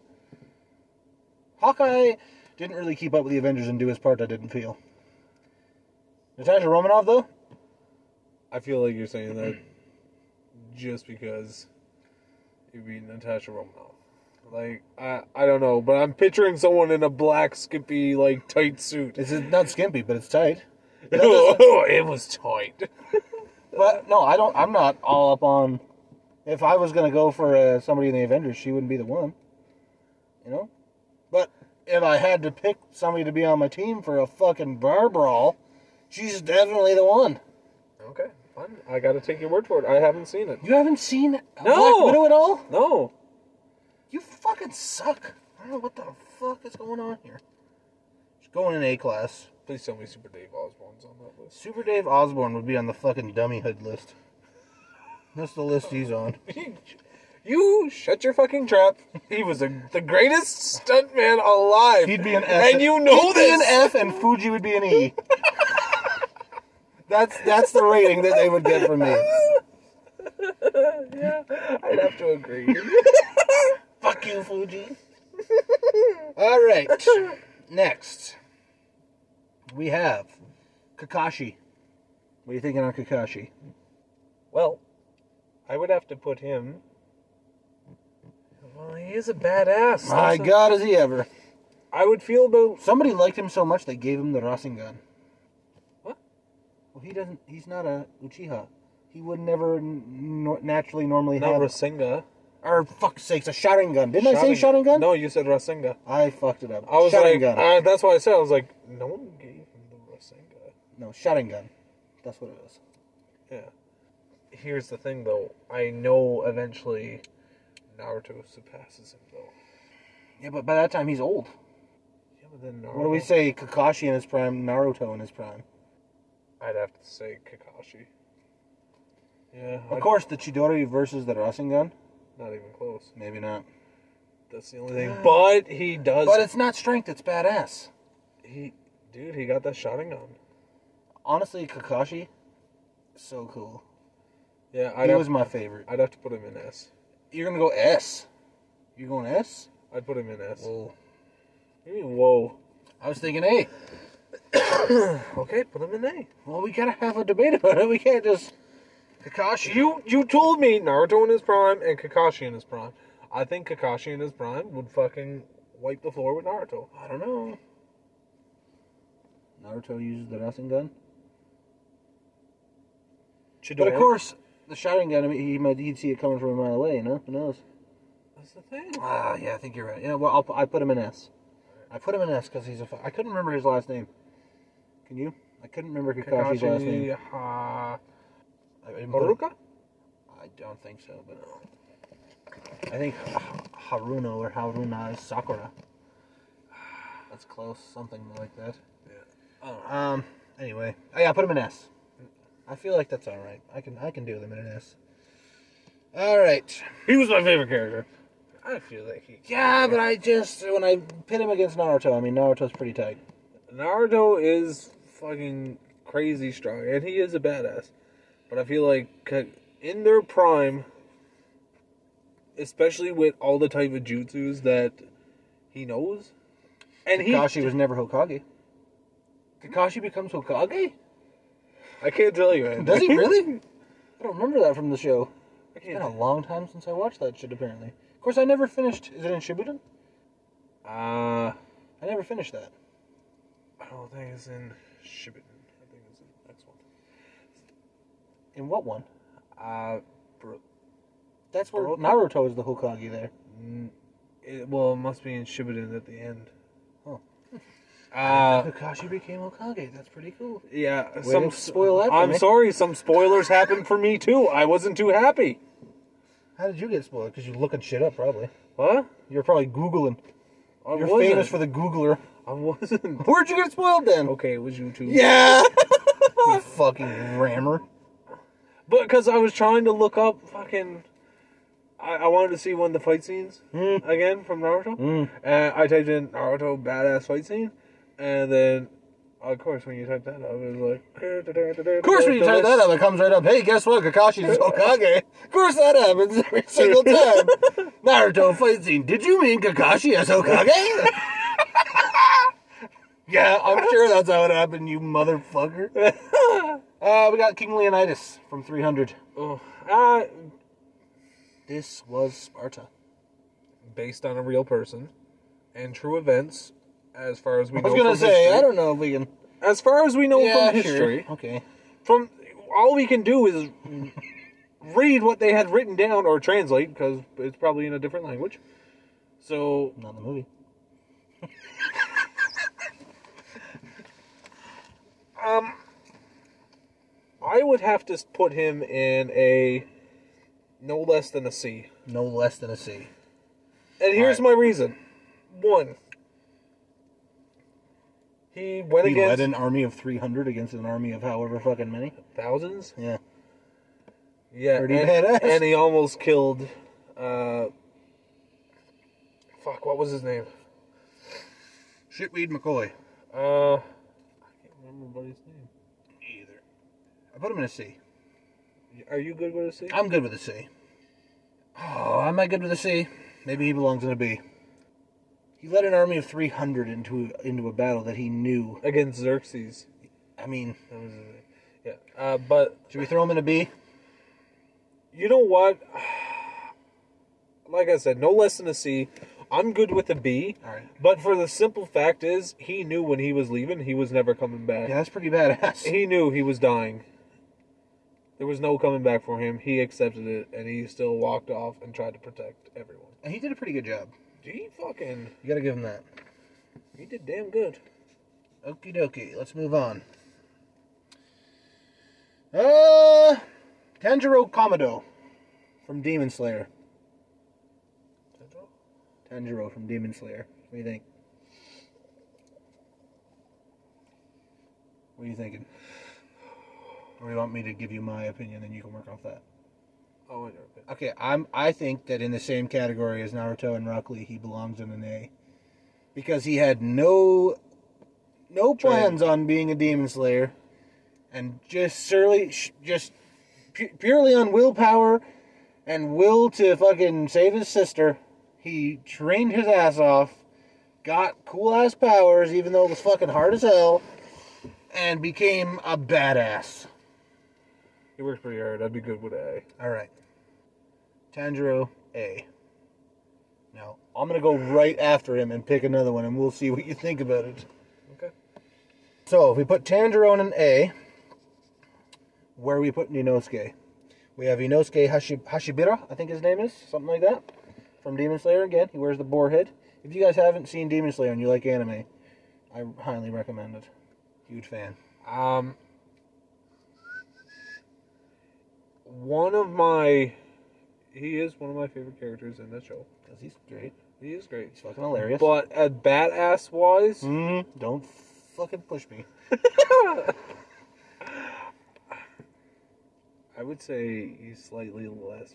Speaker 2: Hawkeye didn't really keep up with the Avengers and do his part. I didn't feel. Natasha Romanoff though,
Speaker 1: I feel like you're saying that just because you beat Natasha Romanoff. Like I, I don't know, but I'm picturing someone in a black skimpy like tight suit.
Speaker 2: it's not skimpy, but it's tight.
Speaker 1: Oh, it was tight.
Speaker 2: But no, I don't. I'm not all up on. If I was gonna go for uh, somebody in the Avengers, she wouldn't be the one. You know. But if I had to pick somebody to be on my team for a fucking bar brawl, she's definitely the one.
Speaker 1: Okay, fine. I gotta take your word for it. I haven't seen it.
Speaker 2: You haven't seen Black
Speaker 1: No.
Speaker 2: Widow at all?
Speaker 1: No,
Speaker 2: You fucking suck. I don't know what the fuck is going on here. She's going in A class.
Speaker 1: please tell me Super Dave Osborne's on that list.
Speaker 2: Super Dave Osborne would be on the fucking dummy hood list. That's the list he's on.
Speaker 1: You shut your fucking trap. He was a, the greatest stuntman alive.
Speaker 2: He'd be an F.
Speaker 1: And you know
Speaker 2: He'd be
Speaker 1: this.
Speaker 2: an F, and Fuji would be an E. that's that's the rating that they would get from me.
Speaker 1: I'd have to agree.
Speaker 2: Fuck you, Fuji. All right. Next, we have Kakashi. What are you thinking on Kakashi?
Speaker 1: well, I would have to put him. Well, he is a badass.
Speaker 2: My
Speaker 1: That's a-
Speaker 2: God, is he ever?
Speaker 1: I would feel about.
Speaker 2: Somebody liked him so much they gave him the Rasengan.
Speaker 1: What?
Speaker 2: Well, he doesn't. He's not a Uchiha. He would never n- nor- naturally normally
Speaker 1: Not
Speaker 2: have.
Speaker 1: Rasenga.
Speaker 2: or fuck's sakes, a Sharingan. Didn't I say
Speaker 1: Sharingan.
Speaker 2: Sharingan?
Speaker 1: No, you said Rasenga.
Speaker 2: I fucked it up.
Speaker 1: I was
Speaker 2: Sharingan.
Speaker 1: like, uh, that's why I said, I was like, no one gave him the Rasenga.
Speaker 2: no, Sharingan. That's what it is.
Speaker 1: Yeah. Here's the thing, though. I know eventually Naruto surpasses him, though.
Speaker 2: Yeah, but by that time he's old.
Speaker 1: Yeah, but then Naruto.
Speaker 2: What do we say? Kakashi in his prime, Naruto in his prime.
Speaker 1: I'd have to say Kakashi. Yeah,
Speaker 2: Of
Speaker 1: I'd-
Speaker 2: course, the Chidori versus the Rasengan.
Speaker 1: Not even close.
Speaker 2: Maybe not.
Speaker 1: That's the only thing. But he does.
Speaker 2: But it's not strength, it's badass.
Speaker 1: he, dude, he got that shotgun.
Speaker 2: Honestly, Kakashi, so cool.
Speaker 1: Yeah, I'd
Speaker 2: He
Speaker 1: have,
Speaker 2: was my favorite.
Speaker 1: I'd have to put him in S.
Speaker 2: You're gonna go S. You're going S?
Speaker 1: I'd put him in S.
Speaker 2: Whoa.
Speaker 1: You mean whoa?
Speaker 2: I was thinking A.
Speaker 1: Okay, put him in A.
Speaker 2: Well, we gotta have a debate about it. We can't just Kakashi.
Speaker 1: You you told me Naruto in his prime and Kakashi in his prime. I think Kakashi in his prime would fucking wipe the floor with Naruto.
Speaker 2: I don't know. Naruto uses the Rasengan.
Speaker 1: Chidori.
Speaker 2: But of course, the Sharingan, I mean, he might, he'd see it coming from a mile away, you know? Who knows?
Speaker 1: that's the thing.
Speaker 2: Ah, yeah, I think you're right. Yeah, well, I'll, pu- I put him in S. I put him in S because he's a. fu- I couldn't remember his last name. Can you? I couldn't remember Kakashi's last name.
Speaker 1: Kakashi, ha,
Speaker 2: I, didn't put it-
Speaker 1: Haruka.
Speaker 2: I don't think so, but I think Ha- Haruno or Haruna is Sakura. That's close, something like that.
Speaker 1: I don't know.
Speaker 2: Um. Anyway, oh, yeah, I put him in S. I feel like that's all right. I can I can do them in an S. All right.
Speaker 1: He was my favorite character. I feel like he.
Speaker 2: Yeah, but I just when I pit him against Naruto, I mean Naruto's pretty tight.
Speaker 1: Naruto is fucking crazy strong, and he is a badass. But I feel like Ka- in their prime, especially with all the type of jutsus that he knows, and he
Speaker 2: Kakashi was never Hokage. Kakashi becomes Hokage?
Speaker 1: I can't tell you. man.
Speaker 2: Does he really? I don't remember that from the show.
Speaker 1: I
Speaker 2: It's been a
Speaker 1: can't.
Speaker 2: long time since I watched that shit, apparently. Of course, I never finished. Is it in Shippuden?
Speaker 1: Uh,
Speaker 2: I never finished that.
Speaker 1: I don't think it's in Shippuden. I think it's in the next one.
Speaker 2: In what one?
Speaker 1: Uh, bro,
Speaker 2: That's where
Speaker 1: Boruto?
Speaker 2: Naruto is the Hokage there.
Speaker 1: n- it, well, it must be in Shippuden at the end.
Speaker 2: Oh.
Speaker 1: Uh,
Speaker 2: Kakashi became Hokage. That's pretty cool.
Speaker 1: Yeah,
Speaker 2: to
Speaker 1: some
Speaker 2: spoil that for
Speaker 1: I'm
Speaker 2: me.
Speaker 1: sorry, some spoilers happened for me too. I wasn't too happy.
Speaker 2: How did you get spoiled? Because you're looking shit up, probably.
Speaker 1: What?
Speaker 2: You're probably Googling.
Speaker 1: I
Speaker 2: You're
Speaker 1: wasn't.
Speaker 2: famous for the Googler.
Speaker 1: I wasn't.
Speaker 2: Where'd you get spoiled then?
Speaker 1: Okay, it was you too.
Speaker 2: Yeah! you fucking rammer.
Speaker 1: but because I was trying to look up fucking. I, I wanted to see one of the fight scenes again from Naruto, and I typed in Naruto badass fight scene, and then of course when you type that up, it was like. Of
Speaker 2: Of course, when you type that up, it comes right up. Hey, guess what? Kakashi's Hokage. Of course, that happens every single time. Naruto fight scene. Did you mean Kakashi as Hokage? yeah, I'm sure that's how it happened, you motherfucker. Uh, we got King Leonidas from 300.
Speaker 1: Oh, uh,
Speaker 2: This was Sparta.
Speaker 1: based on a real person, and true events, as far as we
Speaker 2: I
Speaker 1: know.
Speaker 2: was gonna
Speaker 1: from
Speaker 2: say,
Speaker 1: history.
Speaker 2: I don't know if we can.
Speaker 1: as far as we know from
Speaker 2: sure.
Speaker 1: history,
Speaker 2: Okay.
Speaker 1: from all we can do is read what they had written down or translate because it's probably in a different language. So
Speaker 2: Not in the movie.
Speaker 1: I would have to put him in a no less than a C.
Speaker 2: No less than a C.
Speaker 1: And here's
Speaker 2: Alright.
Speaker 1: my reason: one, he went
Speaker 2: He
Speaker 1: against
Speaker 2: led an army of 300 against an army of however fucking many.
Speaker 1: thousands.
Speaker 2: Yeah.
Speaker 1: Yeah,
Speaker 2: Pretty
Speaker 1: and,
Speaker 2: badass.
Speaker 1: and he almost killed. Uh, fuck, what was his name?
Speaker 2: Shitweed McCoy.
Speaker 1: Uh, I can't remember his name.
Speaker 2: either. I put him in a C.
Speaker 1: Are you good with a C?
Speaker 2: I'm good with a C. Oh, am I good with a C? Maybe he belongs in a B. He led an army of 300 into into a battle that he knew.
Speaker 1: against Xerxes.
Speaker 2: I mean,
Speaker 1: That was his name. Yeah, uh, but
Speaker 2: should we throw him in a B?
Speaker 1: you know what? Like I said, no less than a C. I'm good with a B.
Speaker 2: All right.
Speaker 1: But for the simple fact is, he knew when he was leaving, he was never coming back.
Speaker 2: Yeah, that's pretty badass.
Speaker 1: He knew he was dying. There was no coming back for him. He accepted it, and he still walked off and tried to protect everyone.
Speaker 2: And he did a pretty good job.
Speaker 1: He fucking
Speaker 2: You gotta give him that.
Speaker 1: he did damn good.
Speaker 2: Okie dokie, let's move on. Uh, Tanjiro Kamado from Demon Slayer. Tanjiro from Demon Slayer. What do you think? What are you thinking? Or you want me to give you my opinion, then you can work off that.
Speaker 1: Oh, I know. Okay.
Speaker 2: Okay, I'm. I think that in the same category as Naruto and Rock Lee, he belongs in an A, because he had no, no plans on being a demon slayer, and just surely, sh- just pu- purely on willpower, and will to fucking save his sister, he trained his ass off, got cool ass powers, even though it was fucking hard as hell, and became a badass.
Speaker 1: He worked pretty hard. I'd be good with an
Speaker 2: All right. Tanjiro A. Now, I'm going to go right after him and pick another one, and we'll see what you think about it.
Speaker 1: A. Okay.
Speaker 2: So, if we put Tanjiro in an A, where we put Inosuke? We have Inosuke Hashi- Hashibira, I think his name is, something like that, from Demon Slayer again. He wears the boar head. If you guys haven't seen Demon Slayer and you like anime, I highly recommend it. Huge fan.
Speaker 1: Um, one of my, he is one of my favorite characters in that show.
Speaker 2: Because he's great.
Speaker 1: He is great.
Speaker 2: He's fucking hilarious.
Speaker 1: But at badass wise,
Speaker 2: Mm, don't fucking push me. Hmm.
Speaker 1: I would say he's slightly less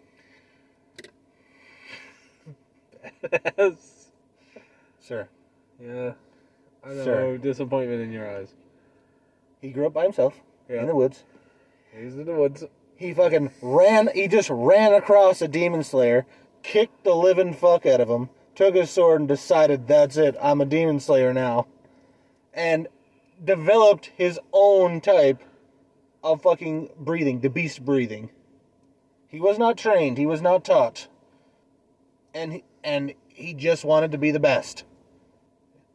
Speaker 1: badass.
Speaker 2: Sir.
Speaker 1: Yeah, I know.
Speaker 2: Sure.
Speaker 1: Disappointment in your eyes.
Speaker 2: He grew up by himself
Speaker 1: Yeah.
Speaker 2: in the woods.
Speaker 1: He's in the woods.
Speaker 2: He fucking ran. He just ran across a demon slayer, kicked the living fuck out of him, took his sword, and decided that's it. I'm a demon slayer now, and developed his own type of fucking breathing, the beast breathing. He was not trained. He was not taught, and he, and he just wanted to be the best.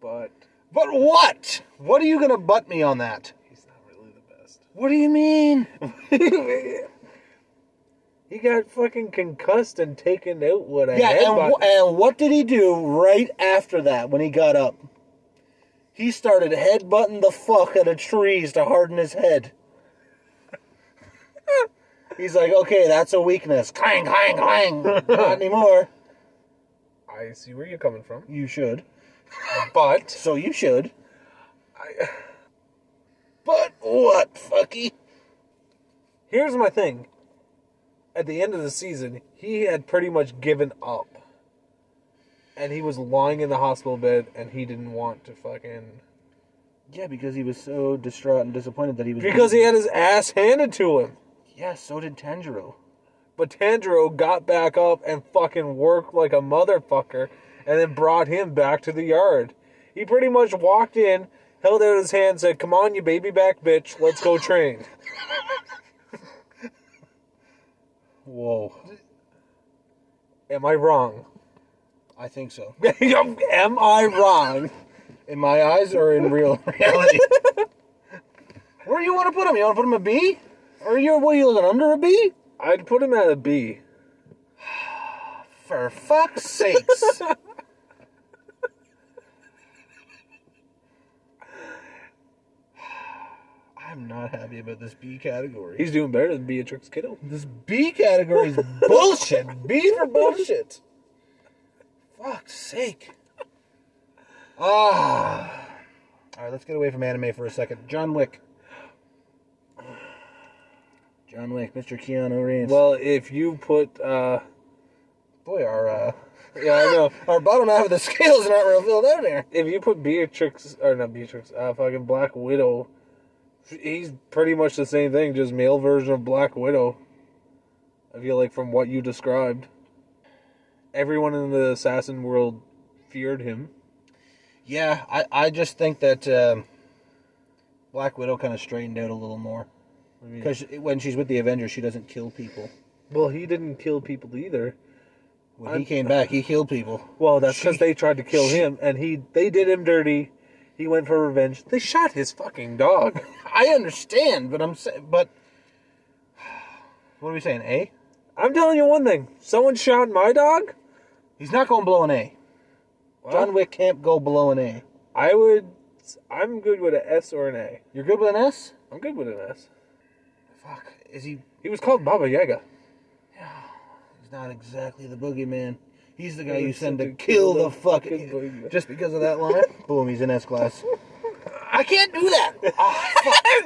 Speaker 1: But
Speaker 2: But what? What are you gonna butt me on that?
Speaker 1: he's not really the best.
Speaker 2: What do you mean?
Speaker 1: he got fucking concussed and taken out. What I
Speaker 2: Yeah,
Speaker 1: had
Speaker 2: and, wh- and what did he do right after that when he got up? He started headbutting the fuck out of trees to harden his head. He's like, okay, that's a weakness. Clang, clang, clang. Not anymore.
Speaker 1: I see where you're coming from,
Speaker 2: You should.
Speaker 1: but
Speaker 2: So you should.
Speaker 1: I,
Speaker 2: But what, fucky?
Speaker 1: here's my thing. At the end of the season, he had pretty much given up, and he was lying in the hospital bed, and he didn't want to fucking
Speaker 2: Yeah, because he was so distraught and disappointed that he was.
Speaker 1: because he had his ass handed to him.
Speaker 2: Yeah, so did Tanjiro.
Speaker 1: But Tanjiro got back up and fucking worked like a motherfucker and then brought him back to the yard. He pretty much walked in, held out his hand, said, Come on, you baby back bitch, let's go train.
Speaker 2: Whoa.
Speaker 1: Am I wrong?
Speaker 2: I think so.
Speaker 1: Am I wrong?
Speaker 2: In my eyes or in real reality? Where do you want to put him? You want to put him a B? Or you're what are you looking under a B?
Speaker 1: I'd put him at a B.
Speaker 2: For fuck's sakes! I'm not happy about this B category.
Speaker 1: He's doing better than Beatrix Kiddo.
Speaker 2: This B category is bullshit. B for bullshit. Fuck's sake. Ah. All right, let's get away from anime for a second. John Wick. John Wick, Mr. Keanu Reeves. Well,
Speaker 1: Well, if you put, uh,
Speaker 2: boy, our uh,
Speaker 1: yeah, I know.
Speaker 2: our bottom half of the scale is not real filled out here.
Speaker 1: If you put Beatrix, or not Beatrix, uh, fucking Black Widow, he's pretty much the same thing, just male version of Black Widow. I feel like from what you described, everyone in the assassin world feared him.
Speaker 2: Yeah, I, I just think that um, Black Widow kind of straightened out a little more
Speaker 1: I mean,
Speaker 2: because when she's with the Avengers, she doesn't kill people.
Speaker 1: well, he didn't kill people either.
Speaker 2: When he came back, he killed people.
Speaker 1: Well, that's because
Speaker 2: She-
Speaker 1: they tried to kill
Speaker 2: she-
Speaker 1: him, and he they did him dirty. He went for revenge. They shot his fucking dog.
Speaker 2: I understand, but I'm saying, but what are we saying? A?
Speaker 1: I'm telling you one thing: someone shot my dog.
Speaker 2: He's not going below an A.
Speaker 1: Well,
Speaker 2: John Wick can't go below an A.
Speaker 1: I would. I'm good with an S or an A.
Speaker 2: You're good with an S?
Speaker 1: I'm good with an S.
Speaker 2: Fuck, is he?
Speaker 1: He was called Baba Yaga.
Speaker 2: He's not exactly the boogeyman. He's the guy you send to kill the fucking.
Speaker 1: boogeyman.
Speaker 2: Just because of that line, boom, he's in S class. I can't do that.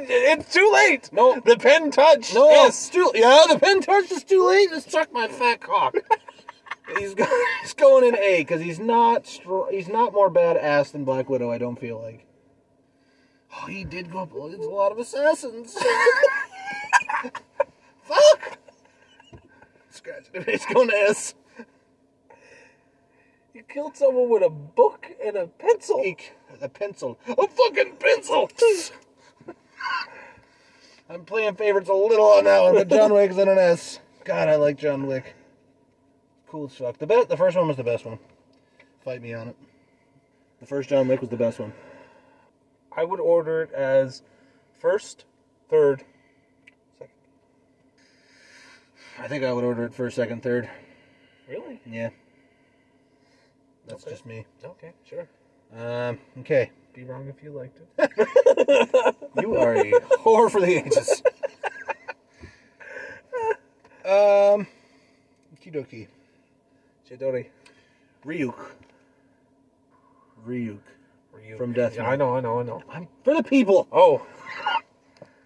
Speaker 1: it's too late.
Speaker 2: No.
Speaker 1: the pen touched.
Speaker 2: No,
Speaker 1: yes.
Speaker 2: it's too. Yeah, the pen torch is too late. It's stuck my fat cock. he's, go, he's going in A because he's not str- he's not more badass than Black Widow. I don't feel like. Oh, he did go up against a lot of assassins. Fuck. Scratch it. It's going to S.
Speaker 1: You killed someone with a book and a pencil.
Speaker 2: Eek. A pencil. A fucking pencil. I'm playing favorites a little on that one, but John Wick's in an S. God, I like John Wick. Cool as fuck. The best, the first one was the best one. Fight me on it. The first John Wick was the best one.
Speaker 1: I would order it as first, third, second.
Speaker 2: I think I would order it first, second, third.
Speaker 1: Really?
Speaker 2: Yeah. That's just me.
Speaker 1: Okay, sure.
Speaker 2: Um, okay.
Speaker 1: Be wrong if you liked it.
Speaker 2: You are a whore for the ages. um, Kidoki.
Speaker 1: Chidori.
Speaker 2: Ryuk. Ryuk.
Speaker 1: Ryu.
Speaker 2: From Death
Speaker 1: Yeah,
Speaker 2: Note.
Speaker 1: I know, I know, I know.
Speaker 2: I'm for the people.
Speaker 1: Oh,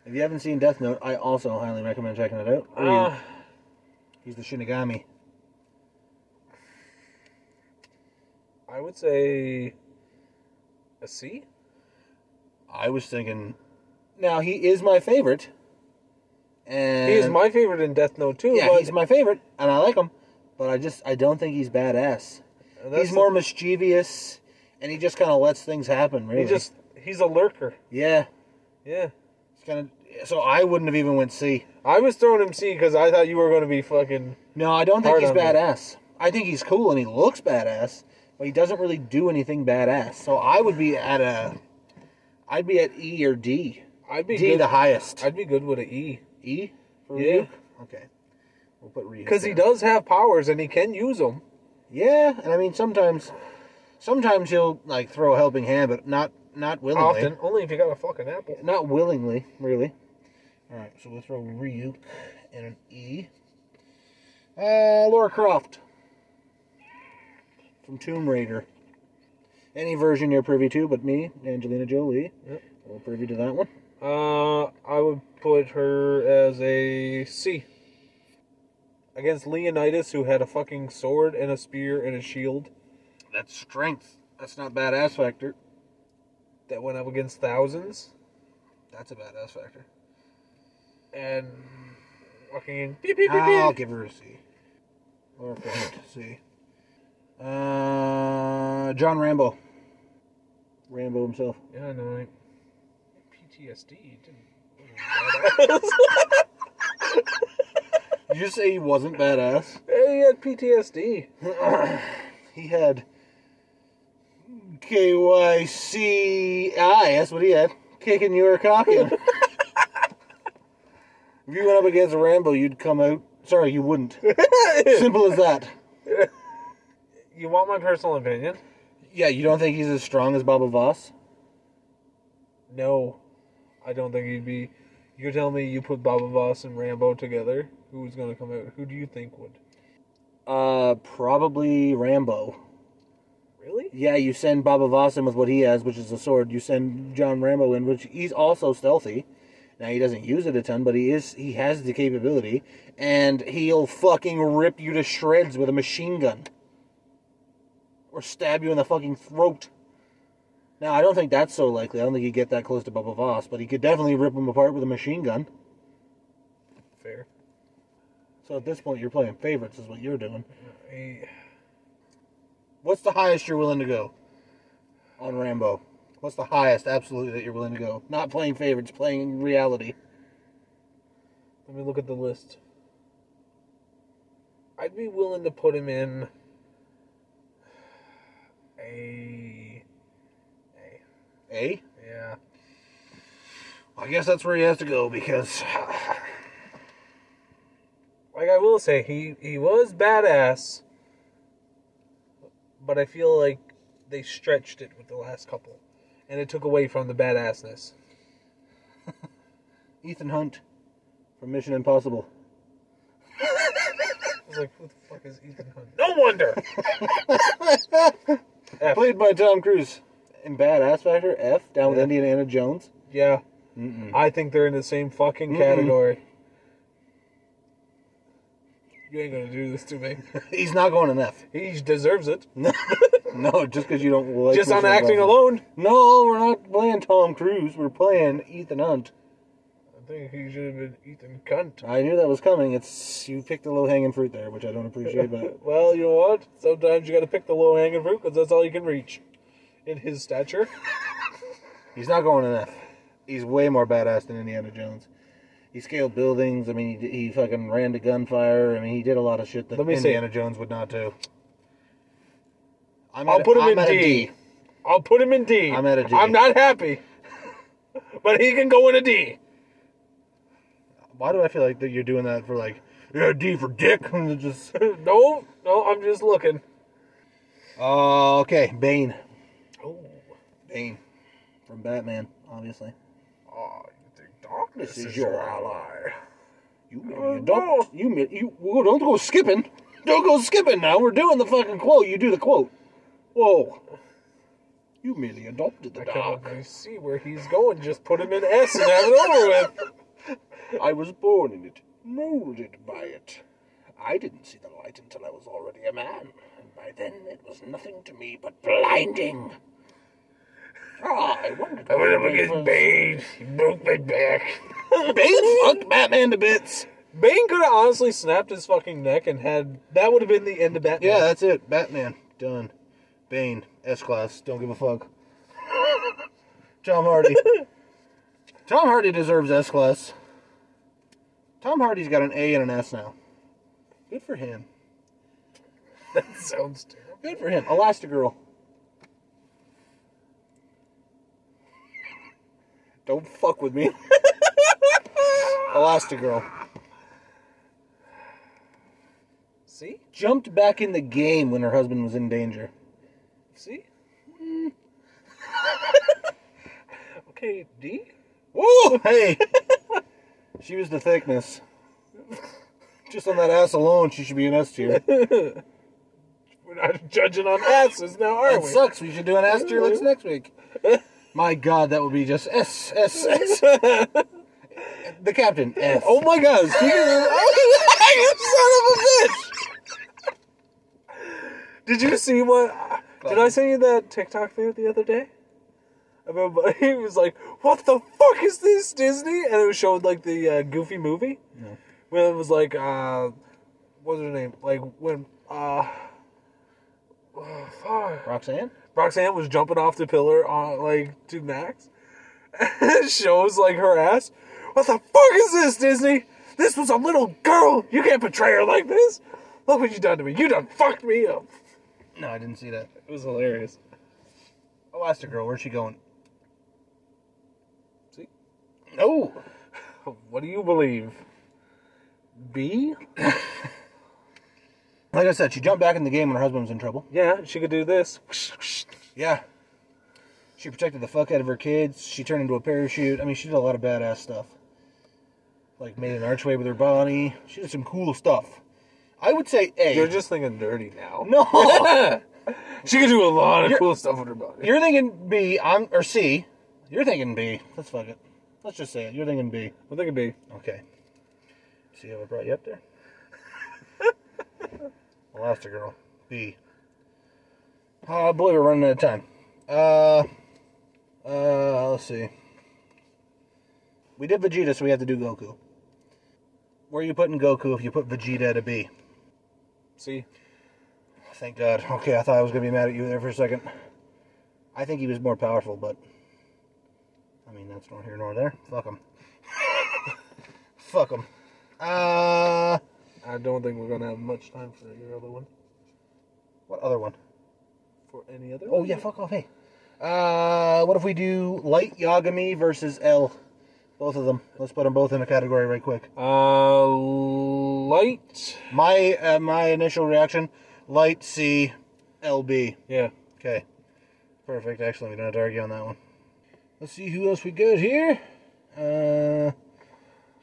Speaker 2: If you haven't seen Death Note, I also highly recommend checking it out.
Speaker 1: uh,
Speaker 2: He's the Shinigami.
Speaker 1: I would say a C.
Speaker 2: I was thinking. Now he is my favorite. And
Speaker 1: He is my favorite in Death Note too.
Speaker 2: yeah,
Speaker 1: but
Speaker 2: he's my favorite, and I like him. But I just I don't think he's badass.
Speaker 1: that's
Speaker 2: He's
Speaker 1: the-
Speaker 2: more mischievous, and he just kind of lets things happen. Really,
Speaker 1: He just he's a lurker.
Speaker 2: yeah.
Speaker 1: Yeah.
Speaker 2: It's kind of so I wouldn't have even went C.
Speaker 1: I was throwing him C because I thought you were going to be fucking.
Speaker 2: No, I don't think
Speaker 1: Hard
Speaker 2: he's
Speaker 1: on me.
Speaker 2: badass. I think he's cool and he looks badass, but he doesn't really do anything badass. So I would be at a, I'd be at E or D.
Speaker 1: I'd be
Speaker 2: D
Speaker 1: good.
Speaker 2: the highest.
Speaker 1: I'd be good with an E
Speaker 2: E for
Speaker 1: Yeah.
Speaker 2: Ryuk? Okay, we'll put Ryuk.
Speaker 1: because he
Speaker 2: down.
Speaker 1: does have powers and he can use them.
Speaker 2: Yeah, and I mean sometimes, sometimes he'll like throw a helping hand, but not not willingly.
Speaker 1: Often, only if you got a fucking apple.
Speaker 2: Not willingly, really. All right, so we'll throw Ryuk and an E. Uh, Laura Croft from Tomb Raider. Any version you're privy to, but me, Angelina Jolie,
Speaker 1: Yep.
Speaker 2: we're privy to that one.
Speaker 1: Uh, I would put her as a C. Against Leonidas, who had a fucking sword and a spear and a shield
Speaker 2: That's strength. That's not badass factor.
Speaker 1: that went up against thousands,
Speaker 2: That's a badass factor.
Speaker 1: and fucking beep beep beep
Speaker 2: I'll
Speaker 1: beep.
Speaker 2: give her a C. Laura Croft, C. Uh, John Rambo. Rambo himself.
Speaker 1: Yeah, I know. Right? PTSD. Didn't...
Speaker 2: Did you say he wasn't badass?
Speaker 1: he had PTSD.
Speaker 2: He had KYCI. That's what he had. Kicking you or cocking. if you went up against Rambo, you'd come out. Sorry, you wouldn't. Simple as that.
Speaker 1: You want my personal opinion?
Speaker 2: Yeah, you don't think he's as strong as Baba Voss?
Speaker 1: No, I don't think he'd be. You're telling me you put Baba Voss and Rambo together? Who's gonna come out? Who do you think would?
Speaker 2: Uh, probably Rambo.
Speaker 1: Really?
Speaker 2: Yeah, you send Baba Voss in with what he has, which is a sword. You send John Rambo in, which he's also stealthy. Now he doesn't use it a ton, but he is he has the capability, and he'll fucking rip you to shreds with a machine gun, or stab you in the fucking throat. Now I don't think that's so likely. I don't think he'd get that close to Baba Voss, but he could definitely rip him apart with a machine gun.
Speaker 1: Fair.
Speaker 2: So at this point, you're playing favorites, is what you're doing.
Speaker 1: I,
Speaker 2: What's the highest you're willing to go on Rambo? What's the highest, absolutely, that you're willing to go? Not playing favorites, playing reality.
Speaker 1: let me look at the list. I'd be willing to put him in a.
Speaker 2: Eh?
Speaker 1: Yeah.
Speaker 2: I guess that's where he has to go because
Speaker 1: Like I will say, he he was badass, but I feel like they stretched it with the last couple, and it took away from the badassness.
Speaker 2: Ethan Hunt from Mission Impossible.
Speaker 1: I was like, who the fuck is Ethan Hunt? No wonder. F.
Speaker 2: Played by Tom Cruise. in Badass Factor F down with
Speaker 1: Yeah.
Speaker 2: Indiana Jones?
Speaker 1: Yeah. I think they're in the same fucking category. You ain't gonna do this to me.
Speaker 2: He's not going in F.
Speaker 1: He deserves it.
Speaker 2: No, just because you don't like.
Speaker 1: Just on
Speaker 2: Mission
Speaker 1: acting
Speaker 2: Impossible.
Speaker 1: alone.
Speaker 2: No, we're not playing Tom Cruise. We're playing Ethan Hunt.
Speaker 1: I think he should have been Ethan Cunt.
Speaker 2: I knew that was coming. It's you picked the low hanging fruit there, which I don't appreciate. But
Speaker 1: Well, you know what? Sometimes you gotta pick the low hanging fruit because that's all you can reach. In his stature.
Speaker 2: he's not going in F. He's way more badass than Indiana Jones. He scaled buildings. I mean, he, he fucking ran to gunfire. I mean, he did a lot of shit that
Speaker 1: Let me see.
Speaker 2: Indiana Jones would not do. I'm
Speaker 1: I'll
Speaker 2: at a-
Speaker 1: put him
Speaker 2: I'm
Speaker 1: in
Speaker 2: at a
Speaker 1: D. I'll put him in D.
Speaker 2: I'm at a D.
Speaker 1: I'm not happy. but he can go in a D.
Speaker 2: Why do I feel like that you're doing that for like yeah D for dick? And just
Speaker 1: no, no, I'm just looking.
Speaker 2: oh okay, Bane.
Speaker 1: Oh,
Speaker 2: Bane from Batman, obviously.
Speaker 1: oh you think darkness
Speaker 2: This
Speaker 1: is
Speaker 2: is
Speaker 1: your
Speaker 2: your
Speaker 1: ally.
Speaker 2: You,
Speaker 1: Oh,
Speaker 2: you don't you mi- you whoa, don't go skipping. Don't go skipping now. We're doing the fucking quote. You do the quote. Whoa. You merely adopted the
Speaker 1: I can
Speaker 2: dog.
Speaker 1: already see where he's going. Just put him in S and have it over with.
Speaker 2: I was born in it, molded by it. I didn't see the light until I was already a man, and by then it was nothing to me but blinding. Ah, I wondered.
Speaker 1: I went up
Speaker 2: where
Speaker 1: against
Speaker 2: was.
Speaker 1: Bane. He broke my back.
Speaker 2: Bane fucked Batman to bits.
Speaker 1: Bane could have honestly snapped his fucking neck and had that would have been the end of Batman.
Speaker 2: Yeah, that's it. Batman. Done. Bane. S Class. Don't give a fuck. Tom Hardy. Tom Hardy deserves S Class. Tom Hardy's got an A and an S now. Good for him.
Speaker 1: that sounds terrible.
Speaker 2: Good for him. Elastigirl. Don't fuck with me. Elastigirl.
Speaker 1: See,
Speaker 2: Jumped back in the game when her husband was in danger.
Speaker 1: see. okay, D.
Speaker 2: Woo! Hey! she was the thickness. Just on that ass alone, she should be an S tier.
Speaker 1: We're not judging on asses now, are
Speaker 2: That
Speaker 1: we?
Speaker 2: sucks. We should do an S tier list next week. My God, that would be just S, S, S. the captain, F.
Speaker 1: Oh my God! Speaking
Speaker 2: you son of a bitch!
Speaker 1: Did you see what? Did I send you that TikTok there the other day? About my- he was like, "What the fuck is this Disney?" And it was showing like the uh, Goofy movie. Yeah. When it was like, uh, what's her name? Like when uh, oh, fuck.
Speaker 2: Roxanne?
Speaker 1: Roxanne was jumping off the pillar on like to Max. And it shows like her ass. What the fuck is this Disney? This was a little girl. You can't betray her like this. Look what you done to me. You done fucked me up.
Speaker 2: No, I didn't see that.
Speaker 1: It was hilarious.
Speaker 2: Elastigirl, where's she going?
Speaker 1: See?
Speaker 2: No!
Speaker 1: What do you believe? B?
Speaker 2: Like I said, she jumped back in the game when her husband was in trouble.
Speaker 1: Yeah, she could do this.
Speaker 2: Yeah. She protected the fuck out of her kids. She turned into a parachute. I mean, she did a lot of badass stuff. Like made an archway with her body. She did some cool stuff. I would say A.
Speaker 1: You're just thinking dirty now.
Speaker 2: no.
Speaker 1: She could do a lot of cool stuff with her body.
Speaker 2: You're thinking B. I'm or C. You're thinking B. Let's fuck it. Let's just say it. You're thinking B.
Speaker 1: I'm thinking B.
Speaker 2: Okay. See how I brought you up there. Elastigirl. B. Uh, I believe we're running out of time. Uh, uh, let's see. We did Vegeta, so we have to do Goku. Where are you putting Goku if you put Vegeta at a B?
Speaker 1: C.
Speaker 2: Thank God. Okay, I thought I was gonna be mad at you there for a second. I think he was more powerful, but I mean that's nor here nor there. Fuck him. Fuck him. Uh,
Speaker 1: I don't think we're gonna have much time for your other one.
Speaker 2: what other one?
Speaker 1: For any other?
Speaker 2: Oh yeah, fuck off. Hey. Uh, what if we do Light Yagami versus L? Both of them. Let's put them both in a category right quick.
Speaker 1: Uh, light.
Speaker 2: My uh, my initial reaction: Light C, L B.
Speaker 1: Yeah.
Speaker 2: Okay. Perfect. Excellent. We don't have to argue on that one. Let's see who else we got here. Uh,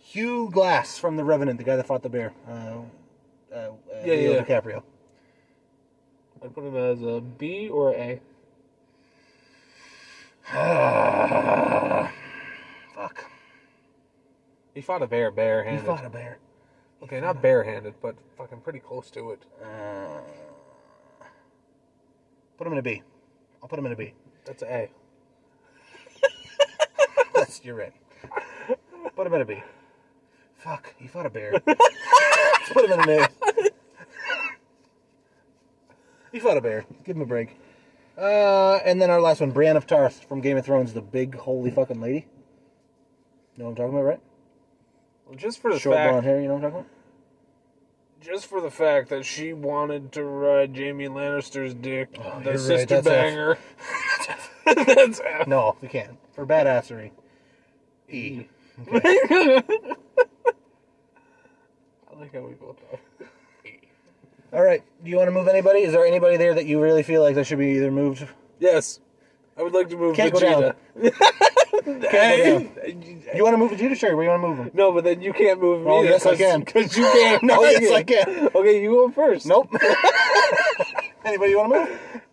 Speaker 2: Hugh Glass from The Revenant, the guy that fought the bear. Uh, uh, uh,
Speaker 1: Yeah,
Speaker 2: Leo
Speaker 1: yeah.
Speaker 2: DiCaprio.
Speaker 1: I'd put him as a B or a
Speaker 2: Fuck.
Speaker 1: He fought a bear
Speaker 2: He
Speaker 1: barehanded.
Speaker 2: fought a bear.
Speaker 1: okay, not barehanded, but fucking pretty close to it.
Speaker 2: Uh, put him in a B. I'll put him in a B.
Speaker 1: That's a A.
Speaker 2: That's you're right. Put him in a B. Fuck, he fought a bear. put him in an A. he fought a bear. Give him a break. Uh, and then our last one, Brienne of Tarth from Game of Thrones, the big holy fucking lady. You know what I'm talking about, right?
Speaker 1: Well, Just for the
Speaker 2: Short
Speaker 1: fact,
Speaker 2: blonde hair. You know what I'm talking
Speaker 1: just for the fact that she wanted to ride Jamie Lannister's dick,
Speaker 2: Oh, you're
Speaker 1: the
Speaker 2: right,
Speaker 1: sister
Speaker 2: that's F.
Speaker 1: banger. that's F.
Speaker 2: about? No, we can't. For badassery. E.
Speaker 1: I like how we both are.
Speaker 2: All right. Do you want to move anybody? Is there anybody there that you really feel like that should be either moved?
Speaker 1: Yes, I would like to move
Speaker 2: Can't go
Speaker 1: Vegeta.
Speaker 2: Can't go
Speaker 1: Hey,
Speaker 2: You want to move Vegeta? Sure. Where you want to move him?
Speaker 1: No, but then you can't move me.
Speaker 2: Oh, yes, I can.
Speaker 1: Because you can't.
Speaker 2: No,
Speaker 1: like
Speaker 2: yes,
Speaker 1: it.
Speaker 2: I can.
Speaker 1: Okay, you go first.
Speaker 2: Nope. anybody you want to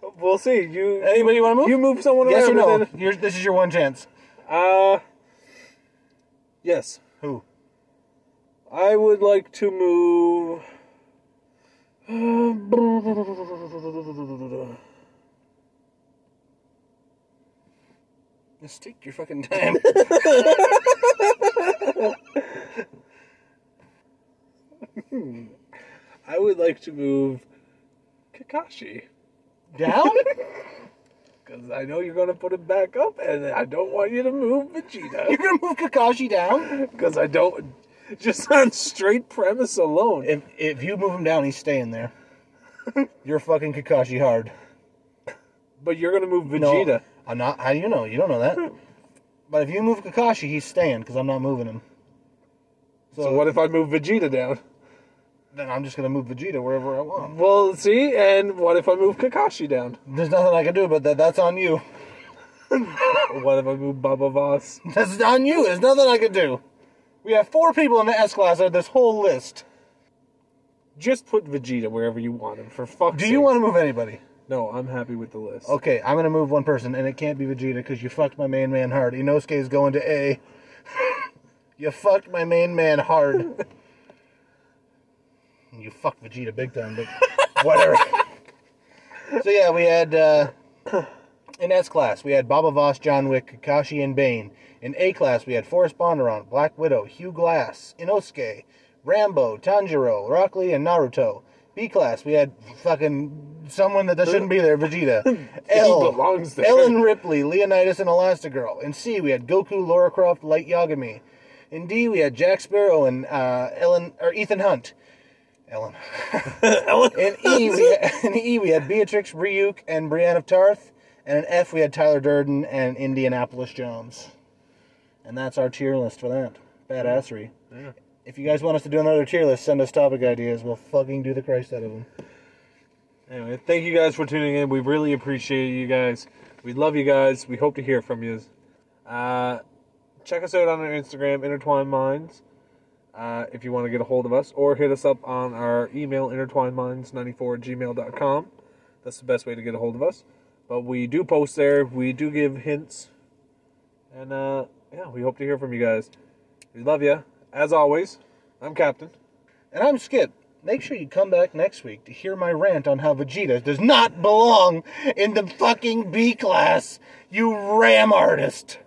Speaker 2: move?
Speaker 1: We'll see. You.
Speaker 2: Anybody you want to move?
Speaker 1: You move someone
Speaker 2: yes or
Speaker 1: around.
Speaker 2: no?
Speaker 1: and
Speaker 2: You're, this is your one chance.
Speaker 1: then- Uh. Yes,
Speaker 2: Who?
Speaker 1: I would like to move.
Speaker 2: Just take your fucking time.
Speaker 1: I would like to move Kakashi
Speaker 2: Down?
Speaker 1: because I know you're gonna put it back up, and I don't want you to move
Speaker 2: You're
Speaker 1: Vegeta
Speaker 2: gonna move Kakashi down?
Speaker 1: because I don't. Just on straight premise alone.
Speaker 2: If if you move him down, he's staying there. You're fucking Kakashi hard.
Speaker 1: But you're gonna move
Speaker 2: No,
Speaker 1: Vegeta.
Speaker 2: I'm not. How do you know? You don't know that. But if you move Kakashi, he's staying because I'm not moving him. So,
Speaker 1: So what if I move Vegeta down?
Speaker 2: Then I'm just gonna move Vegeta wherever I want.
Speaker 1: Well, see, and what if I move Kakashi down?
Speaker 2: There's nothing I can do about that. That's on you.
Speaker 1: Or what if I move Baba Voss?
Speaker 2: That's on you. There's nothing I can do. We have four people in the S class on this whole list.
Speaker 1: Just put Vegeta wherever you want him. For fuck's
Speaker 2: Do you
Speaker 1: sake.
Speaker 2: want to move anybody?
Speaker 1: No, I'm happy with the list.
Speaker 2: Okay, I'm gonna move one person, and it can't be Vegeta because you fucked my main man hard. Inosuke is going to A. you fucked my main man hard. you fucked Vegeta big time, but whatever. so yeah, we had uh, in S class we had Baba Voss, John Wick, Kakashi, and Bane. In A class we had Forrest Bondurant, Black Widow, Hugh Glass, Inosuke, Rambo, Tanjiro, Rock Lee, and Naruto. B class we had fucking someone that, that shouldn't be there, Vegeta. L
Speaker 1: belongs there.
Speaker 2: Ellen Ripley, Leonidas, and Elastigirl. In C we had Goku, Lara Croft, Light Yagami. In D we had Jack Sparrow and uh, Ellen or Ethan Hunt. Ellen. In E, we had, in E, we had Beatrix Ryuk and Brienne of Tarth, and in F, we had Tyler Durden and Indianapolis Jones. And that's our tier list for that. Badassery. If you guys want us to do another tier list, send us topic ideas. We'll fucking do the Christ out of them.
Speaker 1: Anyway, thank you guys for tuning in. We really appreciate you guys. We love you guys. We hope to hear from you. Uh, check us out on our Instagram, Intertwined Minds, uh, if you want to get a hold of us, or hit us up on our email, intertwinedminds94 gmail.com. That's the best way to get a hold of us. But we do post there, we do give hints, and uh, yeah, we hope to hear from you guys. We love you. As always, I'm Captain.
Speaker 2: And I'm Skip. Make sure you come back next week to hear my rant on how Vegeta does not belong in the fucking B class, you ram artist.